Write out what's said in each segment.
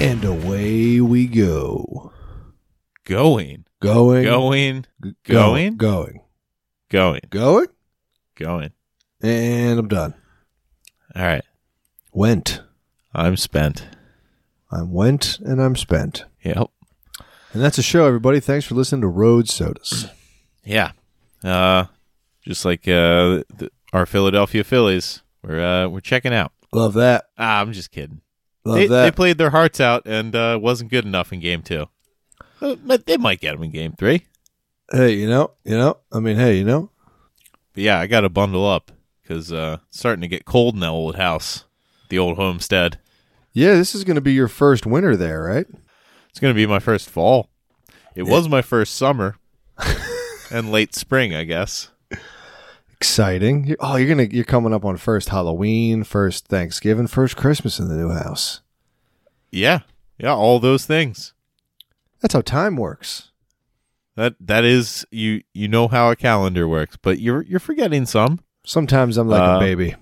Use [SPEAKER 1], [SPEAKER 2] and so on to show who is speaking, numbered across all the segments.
[SPEAKER 1] And away we go.
[SPEAKER 2] Going,
[SPEAKER 1] Going,
[SPEAKER 2] going,
[SPEAKER 1] going,
[SPEAKER 2] going?
[SPEAKER 1] going,
[SPEAKER 2] going,
[SPEAKER 1] going.
[SPEAKER 2] going.
[SPEAKER 1] And I'm done.
[SPEAKER 2] All right.
[SPEAKER 1] Went.
[SPEAKER 2] I'm spent.
[SPEAKER 1] I'm went and I'm spent.
[SPEAKER 2] Yep.
[SPEAKER 1] And that's a show, everybody. Thanks for listening to Road Sodas.
[SPEAKER 2] Yeah. Uh, just like uh, the, our Philadelphia Phillies, we're uh, we're checking out.
[SPEAKER 1] Love that.
[SPEAKER 2] Ah, I'm just kidding.
[SPEAKER 1] Love
[SPEAKER 2] they, they
[SPEAKER 1] that.
[SPEAKER 2] played their hearts out and uh, wasn't good enough in game two. Uh, but they might get them in game three.
[SPEAKER 1] hey, you know, you know. I mean, hey, you know.
[SPEAKER 2] But yeah, I got to bundle up because uh, it's starting to get cold in the old house, the old homestead.
[SPEAKER 1] Yeah, this is going to be your first winter there, right?
[SPEAKER 2] It's going to be my first fall. It was my first summer and late spring, I guess.
[SPEAKER 1] Exciting. You- Oh, you're gonna you're coming up on first Halloween, first Thanksgiving, first Christmas in the new house.
[SPEAKER 2] Yeah, yeah, all those things.
[SPEAKER 1] That's how time works.
[SPEAKER 2] That that is you you know how a calendar works, but you're you're forgetting some.
[SPEAKER 1] Sometimes I'm like a
[SPEAKER 2] Uh,
[SPEAKER 1] baby.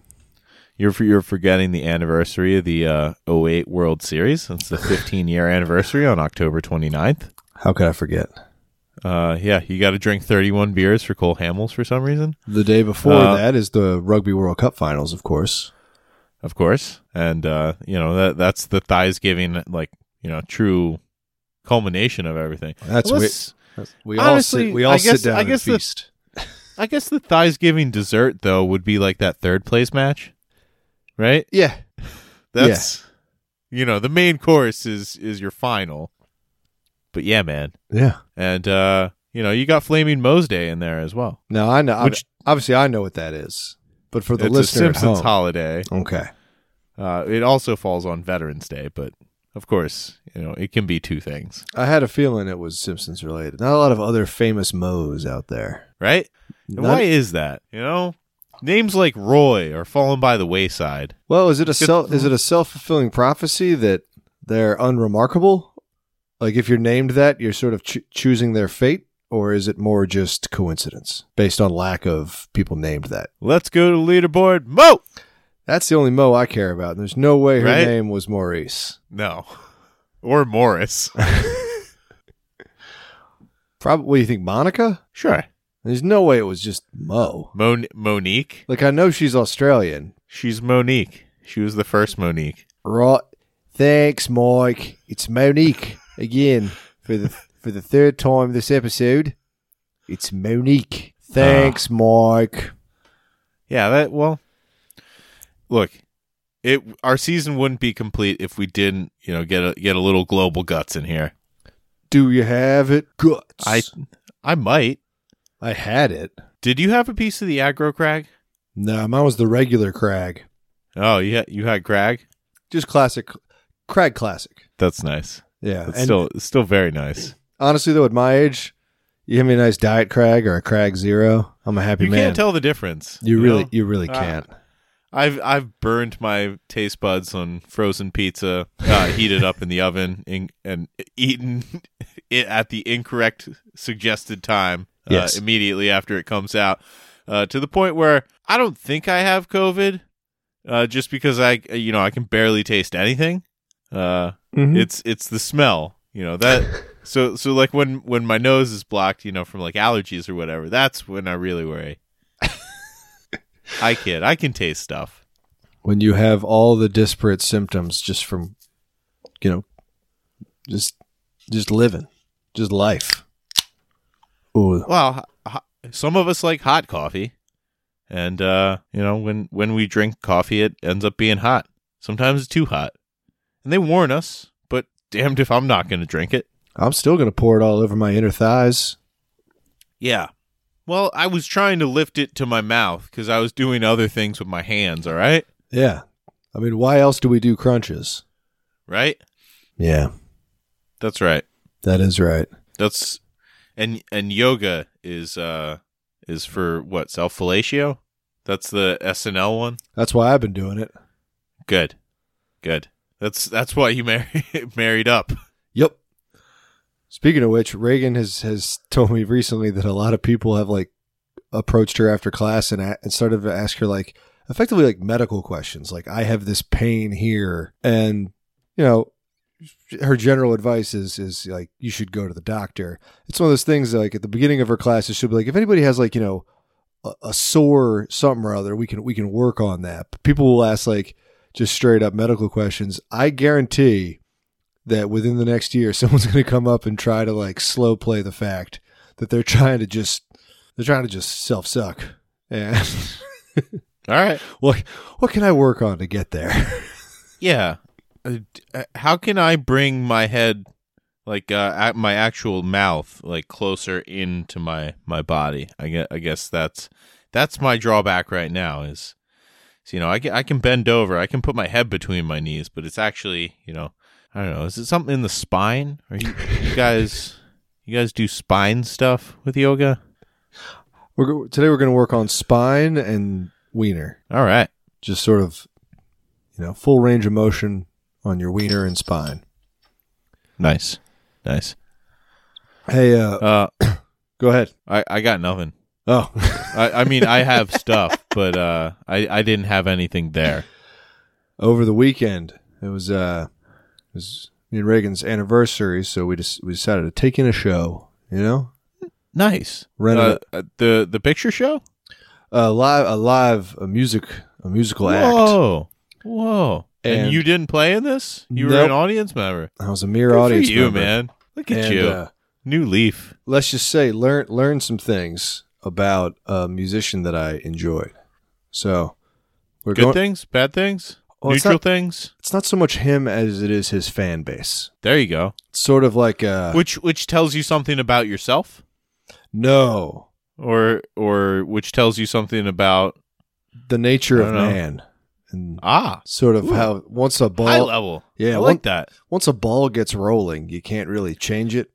[SPEAKER 2] You're you're forgetting the anniversary of the uh, 08 World Series. It's the 15 year anniversary on October 29th.
[SPEAKER 1] How could I forget?
[SPEAKER 2] Uh, yeah, you got to drink 31 beers for Cole Hamels for some reason,
[SPEAKER 1] The day before
[SPEAKER 2] Uh,
[SPEAKER 1] that is the Rugby World Cup finals, of course.
[SPEAKER 2] of course, and uh, you know that that's the thighs giving like you know true culmination of everything.
[SPEAKER 1] That's
[SPEAKER 2] Unless-
[SPEAKER 1] We all
[SPEAKER 2] Honestly,
[SPEAKER 1] sit, we all
[SPEAKER 2] I guess-
[SPEAKER 1] sit down
[SPEAKER 2] I guess
[SPEAKER 1] and
[SPEAKER 2] the-
[SPEAKER 1] feast.
[SPEAKER 2] I guess the thighs giving dessert though would be like that third place match, right?
[SPEAKER 1] yeah,
[SPEAKER 2] That's you know the main course is is your final, but yeah, man,
[SPEAKER 1] yeah.
[SPEAKER 2] and uh, you know you got Flaming Moe's Day in there as well.
[SPEAKER 1] No, I know.
[SPEAKER 2] Which-
[SPEAKER 1] obviously, I know what that is. But for the
[SPEAKER 2] it's
[SPEAKER 1] listener
[SPEAKER 2] a
[SPEAKER 1] at
[SPEAKER 2] Simpsons
[SPEAKER 1] home-
[SPEAKER 2] holiday.
[SPEAKER 1] okay.
[SPEAKER 2] Uh, it also falls on Veterans Day, but of course, you know it can be two things,
[SPEAKER 1] I had a feeling it was Simpsons related. Not a lot of other famous Moes out there.
[SPEAKER 2] right? And
[SPEAKER 1] None-
[SPEAKER 2] why is that? You know, names like Roy are falling by the wayside.
[SPEAKER 1] Well, is it a
[SPEAKER 2] Good-
[SPEAKER 1] self is it a self fulfilling prophecy that they're unremarkable? Like if you're named that, you're sort of cho- choosing their fate, or is it more just coincidence based on lack of people named that?
[SPEAKER 2] Let's go to leaderboard, Mo.
[SPEAKER 1] That's the only Mo I care about. and There's no way her
[SPEAKER 2] Right?
[SPEAKER 1] name was Maurice.
[SPEAKER 2] No, or Morris.
[SPEAKER 1] Probably. What do you think, Monica?
[SPEAKER 2] sure,
[SPEAKER 1] There's no way it was just Mo.
[SPEAKER 2] Mon- Monique.
[SPEAKER 1] Like I know she's Australian.
[SPEAKER 2] She's Monique. She was the first Monique.
[SPEAKER 1] Right. Thanks, Mike. It's Monique again for the for the third time this episode. It's Monique. Thanks,
[SPEAKER 2] Ah.
[SPEAKER 1] Mike.
[SPEAKER 2] Yeah, that well. Look, it our season wouldn't be complete if we didn't, you know, get a get a little global guts in here.
[SPEAKER 1] Do you have it? Guts.
[SPEAKER 2] I I might.
[SPEAKER 1] I had it.
[SPEAKER 2] Did you have a piece of the aggro crag?
[SPEAKER 1] No, mine was the regular crag.
[SPEAKER 2] Oh, you had, you had crag.
[SPEAKER 1] Just classic crag classic.
[SPEAKER 2] That's nice.
[SPEAKER 1] Yeah.
[SPEAKER 2] That's
[SPEAKER 1] and
[SPEAKER 2] still it's still very nice.
[SPEAKER 1] honestly though, at my age, you give me a nice diet crag or a crag zero. I'm a happy
[SPEAKER 2] You
[SPEAKER 1] man.
[SPEAKER 2] can't tell the difference.
[SPEAKER 1] you really
[SPEAKER 2] know?
[SPEAKER 1] you really
[SPEAKER 2] Ah.
[SPEAKER 1] can't.
[SPEAKER 2] I've I've burned my taste buds on frozen pizza, uh, heated up in the oven, in, and eaten it at the incorrect suggested time. Uh,
[SPEAKER 1] Yes.
[SPEAKER 2] immediately after it comes out, uh, to the point where I don't think I have COVID, uh, just because I you know I can barely taste anything. Uh,
[SPEAKER 1] Mm-hmm.
[SPEAKER 2] it's it's the smell you know that so so like when when my nose is blocked you know from like allergies or whatever that's when i really worry i kid i can taste stuff
[SPEAKER 1] when you have all the disparate symptoms just from you know just just living just life Ooh.
[SPEAKER 2] well h- h- some of us like hot coffee and uh you know when when we drink coffee it ends up being hot sometimes it's too hot and they warn us but damned if i'm not gonna drink it
[SPEAKER 1] i'm still gonna pour it all over my inner thighs
[SPEAKER 2] yeah well i was trying to lift it to my mouth because i was doing other things with my hands all right
[SPEAKER 1] yeah i mean why else do we do crunches
[SPEAKER 2] right
[SPEAKER 1] yeah
[SPEAKER 2] that's right
[SPEAKER 1] that is right
[SPEAKER 2] That's and and yoga is uh is for what self fellatio? That's the SNL one.
[SPEAKER 1] that's why i've been doing it
[SPEAKER 2] Good, good. That's that's why you marry, married up.
[SPEAKER 1] yep speaking of which reagan has has told me recently that a lot of people have like approached her after class and, a- and started to ask her like effectively like medical questions like i have this pain here and you know her general advice is is like you should go to the doctor. It's one of those things like at the beginning of her classes she'll be like if anybody has like you know a, a sore something or other we can we can work on that. But people will ask like just straight up medical questions. I guarantee that within the next year someone's going to come up and try to like slow play the fact that they're trying to just they're trying to just self suck and
[SPEAKER 2] All right.
[SPEAKER 1] what what can I work on to get there?
[SPEAKER 2] Yeah. Uh, d- uh, how can I bring my head, like uh, at my actual mouth, like closer into my my body? I guess, I guess that's that's my drawback right now. Is, is you know I can, I can bend over, I can put my head between my knees, but it's actually you know I don't know. Is it something in the spine? Are you, you guys you guys do spine stuff with yoga?
[SPEAKER 1] We're go- today we're going to work on spine and wiener.
[SPEAKER 2] All right.
[SPEAKER 1] just sort of you know full range of motion on your wiener and spine
[SPEAKER 2] Nice. Nice.
[SPEAKER 1] hey uh
[SPEAKER 2] Uh,
[SPEAKER 1] go ahead
[SPEAKER 2] I I got nothing.
[SPEAKER 1] oh
[SPEAKER 2] I, I mean, I have stuff, but uh, I I didn't have anything there.
[SPEAKER 1] over the weekend it was uh it was me and reagan's anniversary so we just we decided to take in a show you know
[SPEAKER 2] Nice.
[SPEAKER 1] rent
[SPEAKER 2] Uh, uh, the the picture show.
[SPEAKER 1] a, a live a live a music a musical act
[SPEAKER 2] Whoa, whoa! And,
[SPEAKER 1] And-
[SPEAKER 2] you didn't play in this. You were
[SPEAKER 1] Nope.
[SPEAKER 2] an audience member.
[SPEAKER 1] i was a mere
[SPEAKER 2] Good
[SPEAKER 1] audience
[SPEAKER 2] for you,
[SPEAKER 1] member.
[SPEAKER 2] man. Look at
[SPEAKER 1] And,
[SPEAKER 2] you,
[SPEAKER 1] uh,
[SPEAKER 2] new leaf.
[SPEAKER 1] let's just say learn learn some things about a musician that i enjoyed so we're
[SPEAKER 2] Good
[SPEAKER 1] going
[SPEAKER 2] things, bad things,
[SPEAKER 1] Well, it's
[SPEAKER 2] neutral
[SPEAKER 1] not-
[SPEAKER 2] things.
[SPEAKER 1] it's not so much him as it is his fan base
[SPEAKER 2] There you go.
[SPEAKER 1] sort of like uh
[SPEAKER 2] which which tells you something about yourself,
[SPEAKER 1] no
[SPEAKER 2] or or which tells you something about
[SPEAKER 1] the nature
[SPEAKER 2] I
[SPEAKER 1] of
[SPEAKER 2] don't know.
[SPEAKER 1] man and
[SPEAKER 2] ah
[SPEAKER 1] sort of
[SPEAKER 2] Ooh.
[SPEAKER 1] how once a
[SPEAKER 2] high
[SPEAKER 1] ball
[SPEAKER 2] level.
[SPEAKER 1] Yeah,
[SPEAKER 2] I
[SPEAKER 1] one-
[SPEAKER 2] like that.
[SPEAKER 1] once a ball gets rolling you can't really change it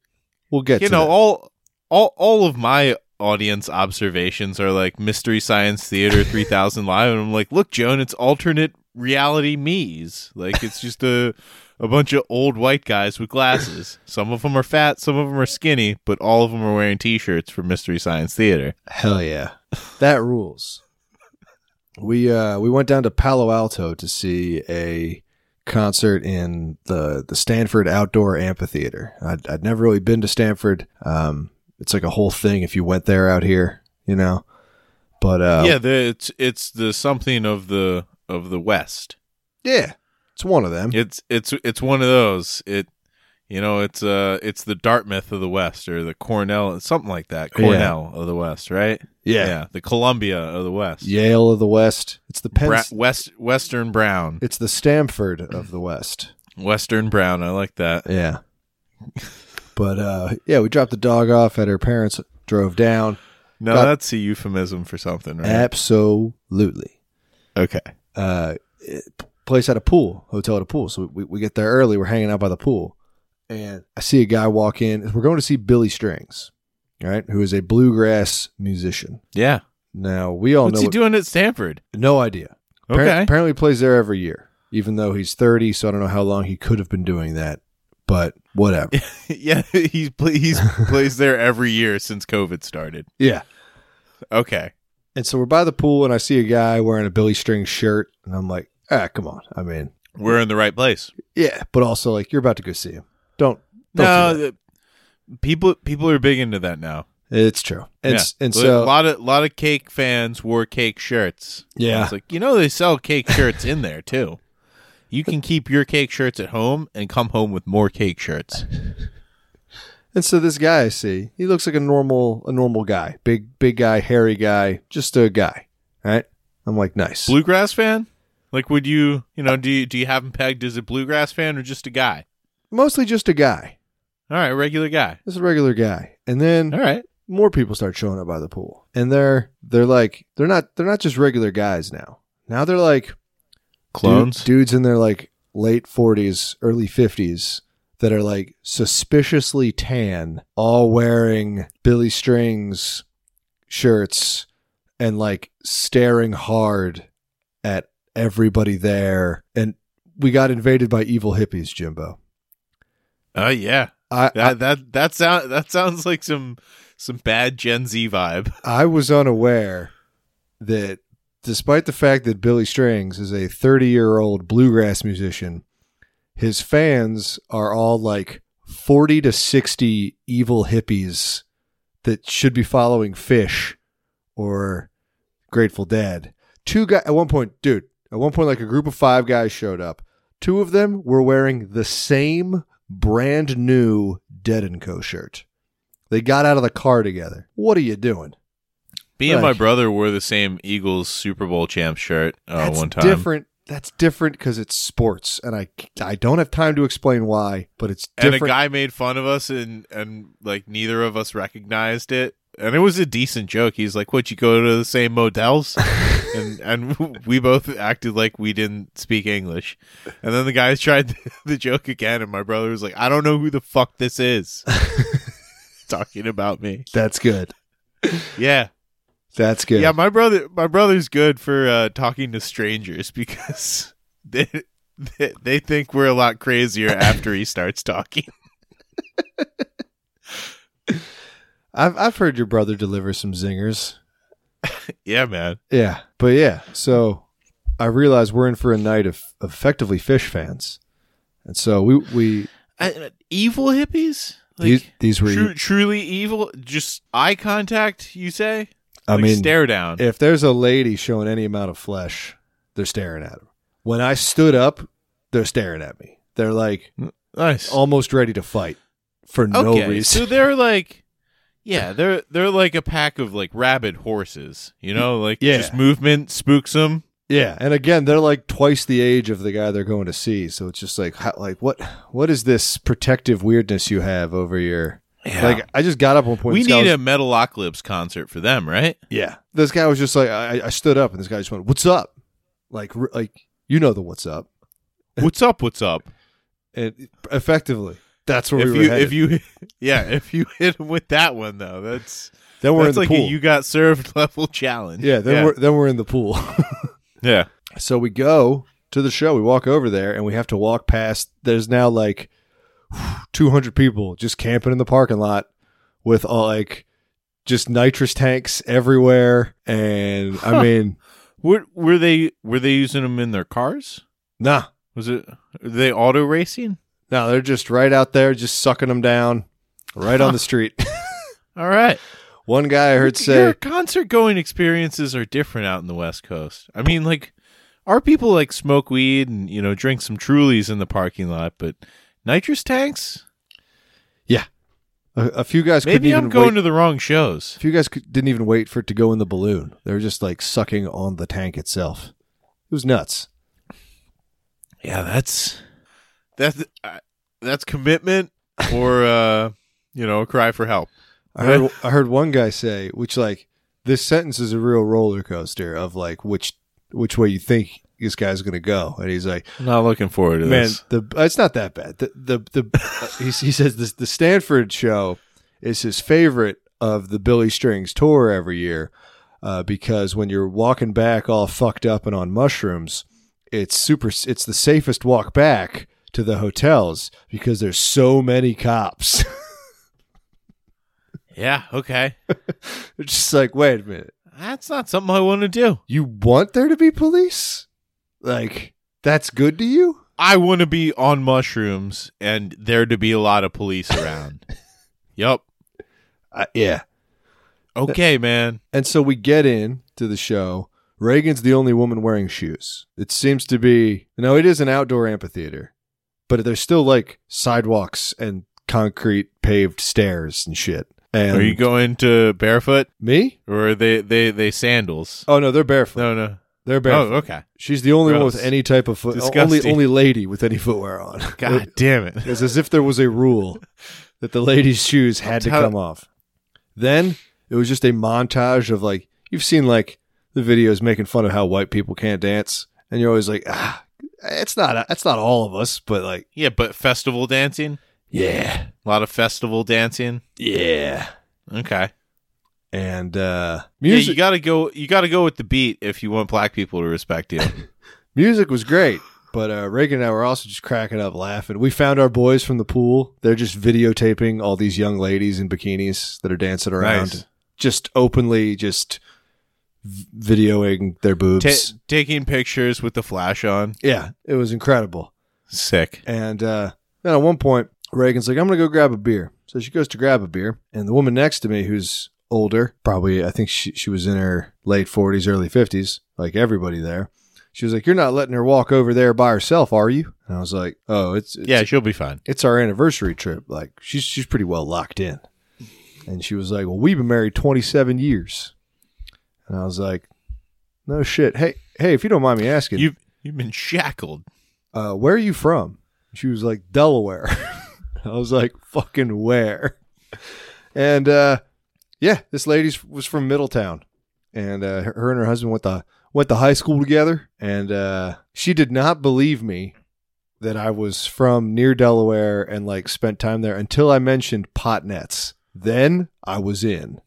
[SPEAKER 1] we'll get
[SPEAKER 2] you
[SPEAKER 1] to
[SPEAKER 2] know
[SPEAKER 1] that.
[SPEAKER 2] all all all of my audience observations are like mystery science theater 3000 live and i'm like look joan it's alternate reality me's like it's just a a bunch of old white guys with glasses some of them are fat some of them are skinny but all of them are wearing t-shirts for mystery science theater
[SPEAKER 1] hell yeah that rules we uh we went down to palo alto to see a concert in the the stanford outdoor amphitheater i'd, I'd never really been to stanford um it's like a whole thing if you went there out here you know but uh
[SPEAKER 2] yeah the, it's it's the something of the of the west
[SPEAKER 1] yeah it's one of them
[SPEAKER 2] it's it's it's one of those it you know it's uh it's the dartmouth of the west or the cornell something like that
[SPEAKER 1] Yeah.
[SPEAKER 2] cornell of the west right the Columbia of the West.
[SPEAKER 1] Yale of the West. It's the Penn.
[SPEAKER 2] Bra- West Western Brown.
[SPEAKER 1] it's the Stanford of the West.
[SPEAKER 2] Western Brown. I like that.
[SPEAKER 1] Yeah. But uh, yeah, we dropped the dog off at her parents. Drove down.
[SPEAKER 2] No,
[SPEAKER 1] Got-
[SPEAKER 2] that's a euphemism for something, right?
[SPEAKER 1] Absolutely.
[SPEAKER 2] okay.
[SPEAKER 1] Uh, it, place had a pool. Hotel had a pool. So we, we get there early. We're hanging out by the pool, and I see a guy walk in. We're going to see Billy Strings, all right, who is a bluegrass musician.
[SPEAKER 2] Yeah.
[SPEAKER 1] Now we all
[SPEAKER 2] What's
[SPEAKER 1] know
[SPEAKER 2] he
[SPEAKER 1] what-
[SPEAKER 2] doing at Stanford?
[SPEAKER 1] no idea. Appar-
[SPEAKER 2] Okay.
[SPEAKER 1] Apparently plays there every year, even though he's 30, so I don't know how long he could have been doing that, but whatever.
[SPEAKER 2] yeah, he's pl- he's plays there every year since COVID started.
[SPEAKER 1] yeah.
[SPEAKER 2] Okay.
[SPEAKER 1] And so we're by the pool, and I see a guy wearing a Billy String shirt, and I'm like, ah, come on. I mean,
[SPEAKER 2] We're in the right place.
[SPEAKER 1] yeah, but also, like, you're about to go see him. Don't. don't
[SPEAKER 2] No,
[SPEAKER 1] do that.
[SPEAKER 2] the- people people are big into that now.
[SPEAKER 1] it's true. And, s-
[SPEAKER 2] yeah.
[SPEAKER 1] and
[SPEAKER 2] a
[SPEAKER 1] so,
[SPEAKER 2] lot of lot of cake fans wore cake shirts.
[SPEAKER 1] Yeah.
[SPEAKER 2] It's like, you know they sell cake shirts in there too. You can keep your cake shirts at home and come home with more cake shirts.
[SPEAKER 1] and so this guy I see, he looks like a normal, a normal guy, big, big guy, hairy guy, just a guy, right? I'm like, nice.
[SPEAKER 2] Bluegrass fan? Like would you, you know, do you, do you have him pegged as a bluegrass fan or just a guy?
[SPEAKER 1] Mostly just a guy,
[SPEAKER 2] All right, regular guy.
[SPEAKER 1] just a regular guy. And then
[SPEAKER 2] All right.
[SPEAKER 1] more people start showing up by the pool and they're they're like they're not they're not just regular guys now now they're like
[SPEAKER 2] Clones.
[SPEAKER 1] dude- dudes in their like late 40s early 50s that are like suspiciously tan all wearing billy strings shirts and like staring hard at everybody there and we got invaded by evil hippies jimbo
[SPEAKER 2] Oh yeah.
[SPEAKER 1] I, I
[SPEAKER 2] That that that sound that sounds like some some bad Gen Z vibe.
[SPEAKER 1] I was unaware that despite the fact that Billy Strings is a 30 year old bluegrass musician, his fans are all like 40 to 60 evil hippies that should be following Fish or Grateful Dead. Two guys at one point, dude, at one point, like a group of five guys showed up. Two of them were wearing the same brand new Dead and Co. shirt. They got out of the car together. What are you doing?
[SPEAKER 2] Me and
[SPEAKER 1] Like-
[SPEAKER 2] my brother wore the same Eagles Super Bowl champ shirt uh,
[SPEAKER 1] That's
[SPEAKER 2] one time.
[SPEAKER 1] different. That's different because it's sports, and I I don't have time to explain why, but it's
[SPEAKER 2] And
[SPEAKER 1] different.
[SPEAKER 2] a guy made fun of us, and and like neither of us recognized it. And it was a decent joke. He's like, "What? You go to the same motels?" and and we both acted like we didn't speak English. And then the guys tried the, joke again, and my brother was like, "I don't know who the fuck this is." Talking about me,
[SPEAKER 1] That's good.
[SPEAKER 2] yeah,
[SPEAKER 1] That's good.
[SPEAKER 2] yeah. My brother, my brother's good for uh, talking to strangers because they, they they think we're a lot crazier after he starts talking.
[SPEAKER 1] I've I've heard your brother deliver some zingers.
[SPEAKER 2] Yeah, man.
[SPEAKER 1] Yeah, but yeah. So I realize we're in for a night of, of effectively fish fans, and so we we
[SPEAKER 2] I, uh, evil hippies?
[SPEAKER 1] these,
[SPEAKER 2] Like
[SPEAKER 1] these were.
[SPEAKER 2] tru- truly evil? Just eye contact, you say?
[SPEAKER 1] I
[SPEAKER 2] Like,
[SPEAKER 1] mean,
[SPEAKER 2] stare down.
[SPEAKER 1] if there's a lady showing any amount of flesh, they're staring at her. When I stood up, they're staring at me. They're like
[SPEAKER 2] nice.
[SPEAKER 1] almost ready to fight for
[SPEAKER 2] okay,
[SPEAKER 1] no reason.
[SPEAKER 2] so they're like yeah, they're they're like a pack of like rabid horses, you know, like
[SPEAKER 1] Yeah.
[SPEAKER 2] just movement spooks them.
[SPEAKER 1] Yeah, and again, they're like twice the age of the guy they're going to see. So it's just like, how, like what what is this protective weirdness you have over your? Like I just got up one point.
[SPEAKER 2] we
[SPEAKER 1] this guy
[SPEAKER 2] need
[SPEAKER 1] was-
[SPEAKER 2] a Metalocalypse concert for them, right?
[SPEAKER 1] Yeah, this guy was just like, I, I stood up, and this guy just went, "What's up?" Like, r- like you know the what's up,
[SPEAKER 2] What's up? What's up?
[SPEAKER 1] and effectively, that's where
[SPEAKER 2] if
[SPEAKER 1] we were
[SPEAKER 2] you
[SPEAKER 1] headed.
[SPEAKER 2] if you yeah, if you hit them with that one though, that's
[SPEAKER 1] then we're in
[SPEAKER 2] that's
[SPEAKER 1] the
[SPEAKER 2] like a
[SPEAKER 1] pool.
[SPEAKER 2] you got served level challenge.
[SPEAKER 1] yeah, then we're then we're in the pool.
[SPEAKER 2] yeah.
[SPEAKER 1] so we go to the show. We walk over there, and we have to walk past. There's now like 200 people just camping in the parking lot with all like just nitrous tanks everywhere, and I
[SPEAKER 2] Huh.
[SPEAKER 1] mean,
[SPEAKER 2] Were were they were they using them in their cars?
[SPEAKER 1] nah,
[SPEAKER 2] Was it were they auto racing?
[SPEAKER 1] nah, they're just right out there, just sucking them down, right on the street.
[SPEAKER 2] All right.
[SPEAKER 1] One guy I heard say,
[SPEAKER 2] Your concert going experiences are different out in the West Coast. I mean, like, our people like smoke weed and you know drink some Trulies in the parking lot, but nitrous tanks?
[SPEAKER 1] A, a few guys
[SPEAKER 2] Maybe
[SPEAKER 1] couldn't
[SPEAKER 2] I'm
[SPEAKER 1] even
[SPEAKER 2] going
[SPEAKER 1] wait.
[SPEAKER 2] to the wrong shows.
[SPEAKER 1] a few guys could, didn't even wait for it to go in the balloon. They were just like sucking on the tank itself. It was nuts.
[SPEAKER 2] Yeah, that's that's uh, that's commitment or uh, you know a cry for help.
[SPEAKER 1] I heard, I heard one guy say, which like this sentence is a real roller coaster of like which which way you think this guy's gonna go, and he's like,
[SPEAKER 2] Not looking forward to
[SPEAKER 1] man,
[SPEAKER 2] this.
[SPEAKER 1] the it's not that bad. The the the uh, he, he says this the Stanford show is his favorite of the Billy Strings tour every year uh, because when you're walking back all fucked up and on mushrooms, it's super. It's the safest walk back to the hotels because there's so many cops.
[SPEAKER 2] Yeah, okay.
[SPEAKER 1] They're just like, wait a minute,
[SPEAKER 2] That's not something I want to do.
[SPEAKER 1] you want there to be police? Like that's good to you?
[SPEAKER 2] I want to be on mushrooms and there to be a lot of police around. yep.
[SPEAKER 1] Uh, yeah.
[SPEAKER 2] Okay, man.
[SPEAKER 1] And so we get in to the show. Reagan's the only woman wearing shoes. It seems to be no, it is an outdoor amphitheater, but there's still like sidewalks and concrete paved stairs and shit. And
[SPEAKER 2] Are you going to barefoot
[SPEAKER 1] me?
[SPEAKER 2] or are they they they sandals?
[SPEAKER 1] Oh no, they're barefoot.
[SPEAKER 2] No, no.
[SPEAKER 1] They're barefoot.
[SPEAKER 2] Oh, okay.
[SPEAKER 1] She's the only one
[SPEAKER 2] Gross.
[SPEAKER 1] with any type of foot. Only
[SPEAKER 2] Disgusting.
[SPEAKER 1] only lady with any footwear on.
[SPEAKER 2] God damn it.
[SPEAKER 1] It's as if there was a rule that the lady's shoes had to
[SPEAKER 2] Tell-
[SPEAKER 1] come off. Then it was just a montage of like you've seen like the videos making fun of how white people can't dance, and you're always like, ah, it's not it's not all of us, but like,
[SPEAKER 2] Yeah, but festival dancing?
[SPEAKER 1] yeah,
[SPEAKER 2] A lot of festival dancing.
[SPEAKER 1] yeah,
[SPEAKER 2] Okay.
[SPEAKER 1] and uh,
[SPEAKER 2] Yeah,
[SPEAKER 1] music
[SPEAKER 2] you got to go you got to go with the beat if you want black people to respect you.
[SPEAKER 1] music was great. But uh, Reagan and I were also just cracking up laughing. We found our boys from the pool. They're just videotaping all these young ladies in bikinis that are dancing around.
[SPEAKER 2] Nice.
[SPEAKER 1] just openly just v- videoing their boobs.
[SPEAKER 2] Ta- taking pictures with the flash on.
[SPEAKER 1] yeah, it was incredible.
[SPEAKER 2] Sick.
[SPEAKER 1] And uh, then at one point, Reagan's like, I'm going to go grab a beer. So she goes to grab a beer. And the woman next to me, who's older, probably, I think she, she was in her late 40s, early 50s, like everybody there. She was like, You're not letting her walk over there by herself, are you? And I was like, Oh, it's, it's
[SPEAKER 2] Yeah, she'll be fine.
[SPEAKER 1] it's our anniversary trip. Like she's she's pretty well locked in. And she was like, Well, we've been married twenty seven years. And I was like, No shit. Hey hey, if you don't mind me asking,
[SPEAKER 2] You've you've been shackled.
[SPEAKER 1] uh, where are you from? She was like, Delaware. I was like, fucking where? And uh, yeah, this lady was from Middletown. And uh, her- her and her husband went to went to high school together. And uh, she did not believe me that I was from near Delaware and like spent time there until I mentioned pot nets. Then I was in.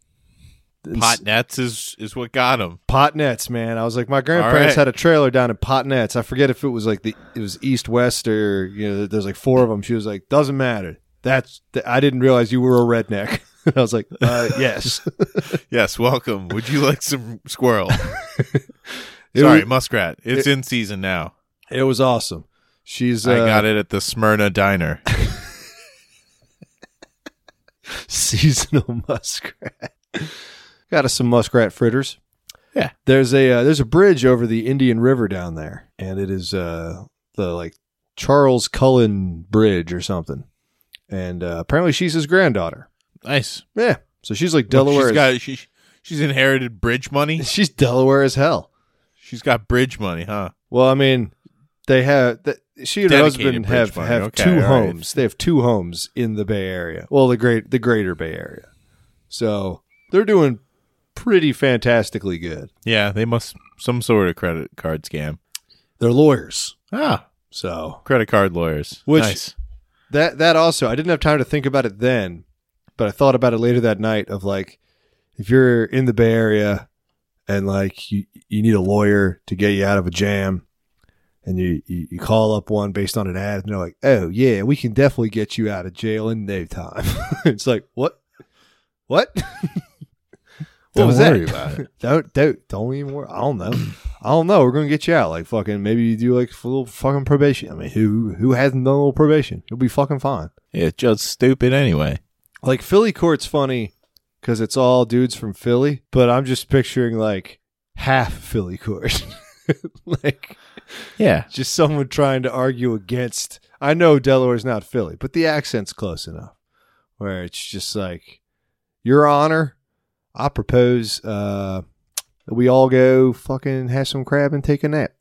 [SPEAKER 2] Pot nets is is what got him.
[SPEAKER 1] Potnets, man. I was like, my grandparents
[SPEAKER 2] right.
[SPEAKER 1] had a trailer down in Potnets. I forget if it was like the it was east west or you know, there's like four of them. She was like, doesn't matter. That's th- I didn't realize you were a redneck. I was like, uh, yes.
[SPEAKER 2] Yes, welcome. Would you like some squirrel?
[SPEAKER 1] It
[SPEAKER 2] Sorry,
[SPEAKER 1] was-
[SPEAKER 2] muskrat. It's in season now.
[SPEAKER 1] it was awesome. She's uh,
[SPEAKER 2] I got it at the Smyrna Diner.
[SPEAKER 1] seasonal muskrat. got us some muskrat fritters.
[SPEAKER 2] Yeah.
[SPEAKER 1] There's a uh, there's a bridge over the Indian River down there, and it is uh the like Charles Cullen Bridge or something. And uh, apparently, she's his granddaughter.
[SPEAKER 2] Nice.
[SPEAKER 1] Yeah. So she's like Delaware.
[SPEAKER 2] She's
[SPEAKER 1] as-
[SPEAKER 2] got she, she's inherited bridge money.
[SPEAKER 1] she's Delaware as hell.
[SPEAKER 2] She's got bridge money, huh?
[SPEAKER 1] Well, I mean, they have th- she and her husband
[SPEAKER 2] Dedicated bridge
[SPEAKER 1] have
[SPEAKER 2] money.
[SPEAKER 1] have
[SPEAKER 2] Okay,
[SPEAKER 1] two
[SPEAKER 2] all right.
[SPEAKER 1] homes. They have two homes in the Bay Area. Well, the great the greater Bay Area. So they're doing pretty fantastically good.
[SPEAKER 2] Yeah, they must some sort of credit card scam.
[SPEAKER 1] They're lawyers.
[SPEAKER 2] Ah,
[SPEAKER 1] So
[SPEAKER 2] credit card lawyers.
[SPEAKER 1] Which-
[SPEAKER 2] nice.
[SPEAKER 1] that that also I didn't have time to think about it then, but I thought about it later that night of like if you're in the Bay Area and like you, you need a lawyer to get you out of a jam and you, you, you call up one based on an ad and they're like, Oh yeah, we can definitely get you out of jail in no time. it's like what what? what
[SPEAKER 2] Don't
[SPEAKER 1] was
[SPEAKER 2] worry
[SPEAKER 1] that?
[SPEAKER 2] about it.
[SPEAKER 1] Don't don't don't even worry. I don't know. I don't know. We're gonna get you out. Like fucking maybe you do like a little fucking probation. I mean who who hasn't done a little probation? You'll be fucking fine.
[SPEAKER 2] It's just stupid anyway.
[SPEAKER 1] Like Philly court's funny because it's all dudes from Philly, but I'm just picturing like half Philly court, like
[SPEAKER 2] Yeah.
[SPEAKER 1] just someone trying to argue against. I know Delaware's not Philly, but the accent's close enough where it's just like, Your Honor, I propose uh, that we all go fucking have some crab and take a nap.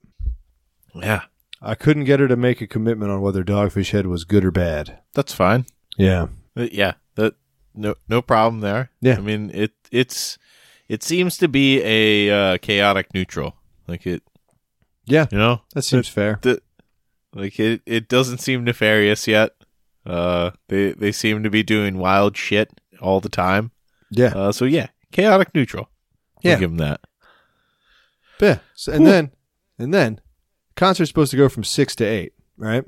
[SPEAKER 2] Yeah.
[SPEAKER 1] I couldn't get her to make a commitment on whether Dogfish Head was good or bad.
[SPEAKER 2] That's fine.
[SPEAKER 1] Yeah.
[SPEAKER 2] Uh, Yeah. That no no problem there.
[SPEAKER 1] Yeah.
[SPEAKER 2] I mean, it it's it seems to be a uh, chaotic neutral. Like it
[SPEAKER 1] Yeah,
[SPEAKER 2] you know,
[SPEAKER 1] that seems fair.
[SPEAKER 2] like it it doesn't seem nefarious yet. Uh they they seem to be doing wild shit all the time.
[SPEAKER 1] Yeah.
[SPEAKER 2] Uh so yeah, chaotic neutral. We'll
[SPEAKER 1] Yeah.
[SPEAKER 2] give them that.
[SPEAKER 1] Yeah. So, and
[SPEAKER 2] Cool.
[SPEAKER 1] then, and then, concert's supposed to go from six to eight, right?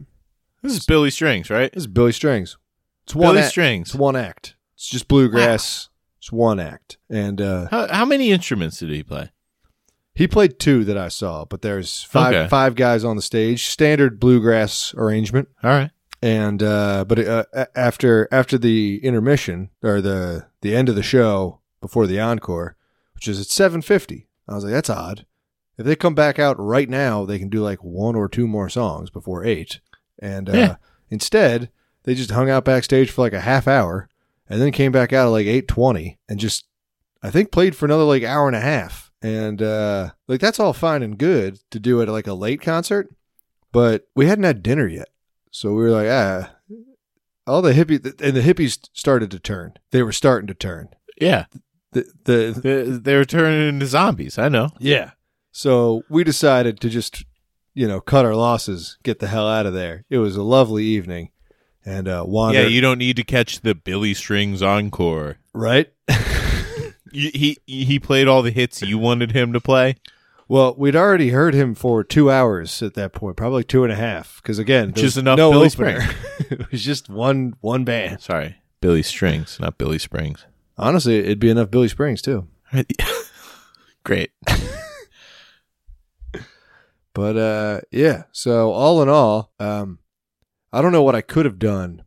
[SPEAKER 2] This is Billy Strings, right?
[SPEAKER 1] This is Billy Strings. It's one.
[SPEAKER 2] Billy
[SPEAKER 1] act.
[SPEAKER 2] Strings.
[SPEAKER 1] It's one act. It's just bluegrass. It's one act, and uh,
[SPEAKER 2] How how many instruments did he play?
[SPEAKER 1] he played two that I saw. But there's five
[SPEAKER 2] Okay.
[SPEAKER 1] five guys on the stage. Standard bluegrass arrangement.
[SPEAKER 2] All right.
[SPEAKER 1] and uh, but uh, a- after after the intermission or the the end of the show before the encore, which is at seven fifty, I was like, that's odd. If they come back out right now, they can do like one or two more songs before eight, and uh,
[SPEAKER 2] Yeah.
[SPEAKER 1] instead they just hung out backstage for like a half hour, and then came back out at like eight twenty and just I think played for another like hour and a half, and uh, like that's all fine and good to do at like a late concert, but we hadn't had dinner yet. So we were like, ah, all the hippies, and the hippies started to turn. They were starting to turn.
[SPEAKER 2] Yeah.
[SPEAKER 1] The, the
[SPEAKER 2] They- They're turning into zombies. I know.
[SPEAKER 1] yeah. So we decided to just, you know, cut our losses, get the hell out of there. It was a lovely evening, and uh, wander
[SPEAKER 2] Yeah, you don't need to catch the Billy Strings encore.
[SPEAKER 1] right.
[SPEAKER 2] You, he he played all the hits you wanted him to play.
[SPEAKER 1] Well, we'd already heard him for two hours at that point, probably two and a half. Because again, there was
[SPEAKER 2] Just enough
[SPEAKER 1] No
[SPEAKER 2] Billy
[SPEAKER 1] opener. it was just one one band.
[SPEAKER 2] Sorry, Billy Strings, not Billy Springs.
[SPEAKER 1] Honestly, it'd be enough Billy Springs too.
[SPEAKER 2] Great.
[SPEAKER 1] But uh, yeah, so all in all, um, I don't know what I could have done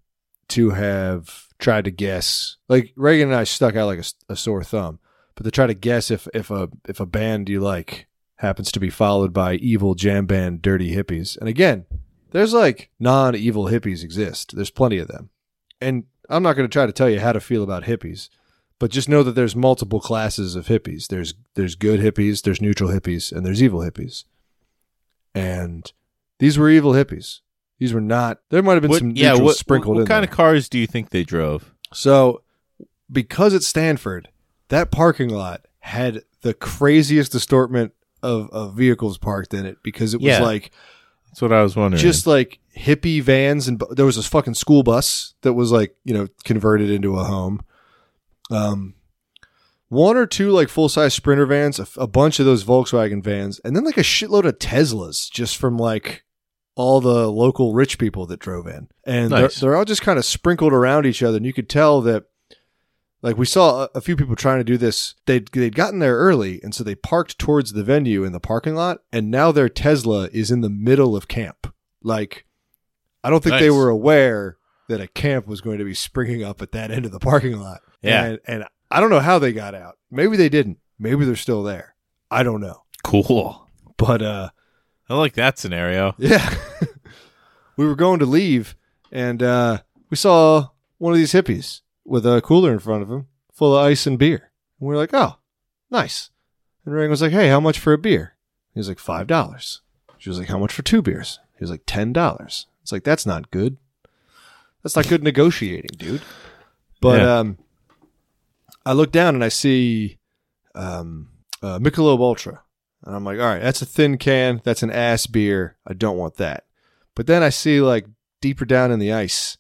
[SPEAKER 1] to have tried to guess. Like Reagan and I stuck out like a, s- a sore thumb, but to try to guess if if a if a band you like happens to be followed by evil jam band Dirty Hippies, and again, there's like non-evil hippies exist. There's plenty of them, and I'm not going to try to tell you how to feel about hippies, but just know that there's multiple classes of hippies. There's there's good hippies, there's neutral hippies, and there's evil hippies, and these were evil hippies. These were not. There might have been
[SPEAKER 2] What-
[SPEAKER 1] some
[SPEAKER 2] yeah,
[SPEAKER 1] neutrals
[SPEAKER 2] what,
[SPEAKER 1] sprinkled
[SPEAKER 2] what
[SPEAKER 1] in
[SPEAKER 2] kind
[SPEAKER 1] there.
[SPEAKER 2] of cars do you think they drove?
[SPEAKER 1] So, because it's Stanford, that parking lot had the craziest assortment of, of vehicles parked in it because it was
[SPEAKER 2] Yeah.
[SPEAKER 1] like
[SPEAKER 2] That's what I was wondering.
[SPEAKER 1] just like hippie vans and bu- there was this fucking school bus that was like you know converted into a home. Um, one or two like full size Sprinter vans, a, f- a bunch of those Volkswagen vans, and then like a shitload of Teslas just from like all the local rich people that drove in, and
[SPEAKER 2] Nice.
[SPEAKER 1] they're, they're all just kind of sprinkled around each other, and you could tell that. Like we saw a- a few people trying to do this, they'd they'd gotten there early, and so they parked towards the venue in the parking lot, and now their Tesla is in the middle of camp. Like, I don't think they
[SPEAKER 2] Nice.
[SPEAKER 1] were aware that a camp was going to be springing up at that end of the parking lot.
[SPEAKER 2] Yeah.
[SPEAKER 1] And, and I don't know how they got out. Maybe they didn't. Maybe they're still there. I don't know.
[SPEAKER 2] cool.
[SPEAKER 1] But uh,
[SPEAKER 2] I like that scenario.
[SPEAKER 1] yeah, we were going to leave, and uh, we saw one of these hippies with a cooler in front of him full of ice and beer. And we were like, oh, nice. And Ring was like, hey, how much for a beer? He was like, $5. She was like, how much for two beers? He was like, $10. It's like, that's not good. That's not good negotiating, dude. But
[SPEAKER 2] Yeah.
[SPEAKER 1] um, I look down and I see um, uh, Michelob Ultra. And I'm like, all right, that's a thin can. That's an ass beer. I don't want that. But then I see, like, deeper down in the ice,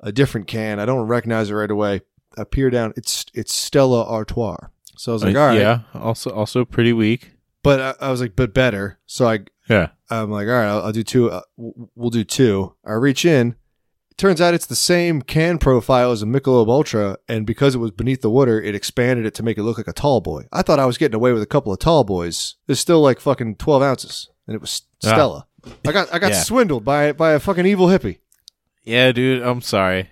[SPEAKER 1] a different can. I don't recognize it right away. I peer down. It's it's Stella Artois. So I was like, all right.
[SPEAKER 2] Uh, Yeah. Also, also pretty weak.
[SPEAKER 1] But I, I was like, but better. So I
[SPEAKER 2] Yeah.
[SPEAKER 1] I'm like, all right, I'll, I'll do two. Uh, w- we'll do two. I reach in. Turns out it's the same can profile as a Michelob Ultra, and because it was beneath the water, it expanded it to make it look like a tall boy. I thought I was getting away with a couple of tall boys. There's still like fucking twelve ounces, and it was
[SPEAKER 2] Ah.
[SPEAKER 1] Stella. I got I got
[SPEAKER 2] Yeah.
[SPEAKER 1] swindled by by a fucking evil hippie.
[SPEAKER 2] Yeah, dude. I'm sorry.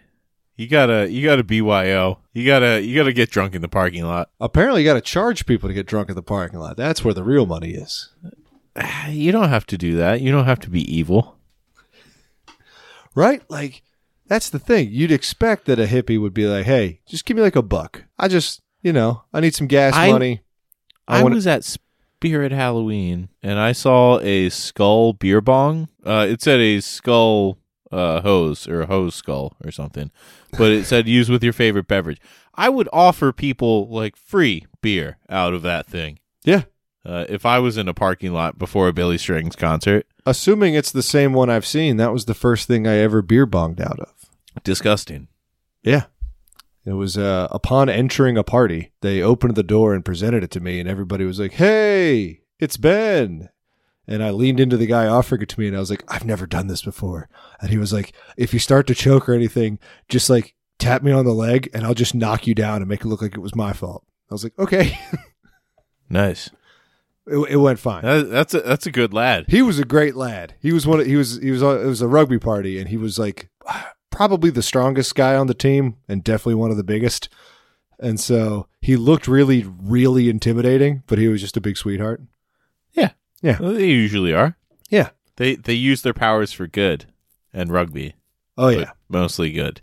[SPEAKER 2] You gotta, you gotta BYO. You gotta, you gotta get drunk in the parking lot.
[SPEAKER 1] Apparently, you got to charge people to get drunk at the parking lot. That's where the real money is.
[SPEAKER 2] Ah, You don't have to do that. You don't have to be evil.
[SPEAKER 1] right? Like that's the thing. You'd expect that a hippie would be like, "Hey, just give me like a buck. I just, you know, I need some gas
[SPEAKER 2] I-
[SPEAKER 1] money. I,
[SPEAKER 2] I,
[SPEAKER 1] want."
[SPEAKER 2] was at Spirit Halloween and I saw a skull beer bong. Uh, it said a skull uh, hose or a hose skull or something, but it said use with your favorite beverage. I would offer people like free beer out of that thing.
[SPEAKER 1] Yeah.
[SPEAKER 2] Uh, if I was in a parking lot before a Billy Strings concert,
[SPEAKER 1] Assuming it's the same one I've seen, that was the first thing I ever beer bonged out of.
[SPEAKER 2] disgusting.
[SPEAKER 1] Yeah. It was uh, upon entering a party, they opened the door and presented it to me, and everybody was like, "Hey, it's Ben." And I leaned into the guy offering it to me, and I was like, "I've never done this before." And he was like, "If you start to choke or anything, just like tap me on the leg, and I'll just knock you down and make it look like it was my fault." I was like, "Okay."
[SPEAKER 2] Nice.
[SPEAKER 1] It, it went fine.
[SPEAKER 2] That, that's a that's a good lad.
[SPEAKER 1] He was a great lad. He was one. Of, he was. He was. on- It was a rugby party, and he was like probably the strongest guy on the team, and definitely one of the biggest. And so he looked really, really intimidating, but he was just a big sweetheart.
[SPEAKER 2] Well, They usually are.
[SPEAKER 1] Yeah.
[SPEAKER 2] They they use their powers for good and rugby.
[SPEAKER 1] Oh
[SPEAKER 2] but
[SPEAKER 1] yeah,
[SPEAKER 2] Mostly good.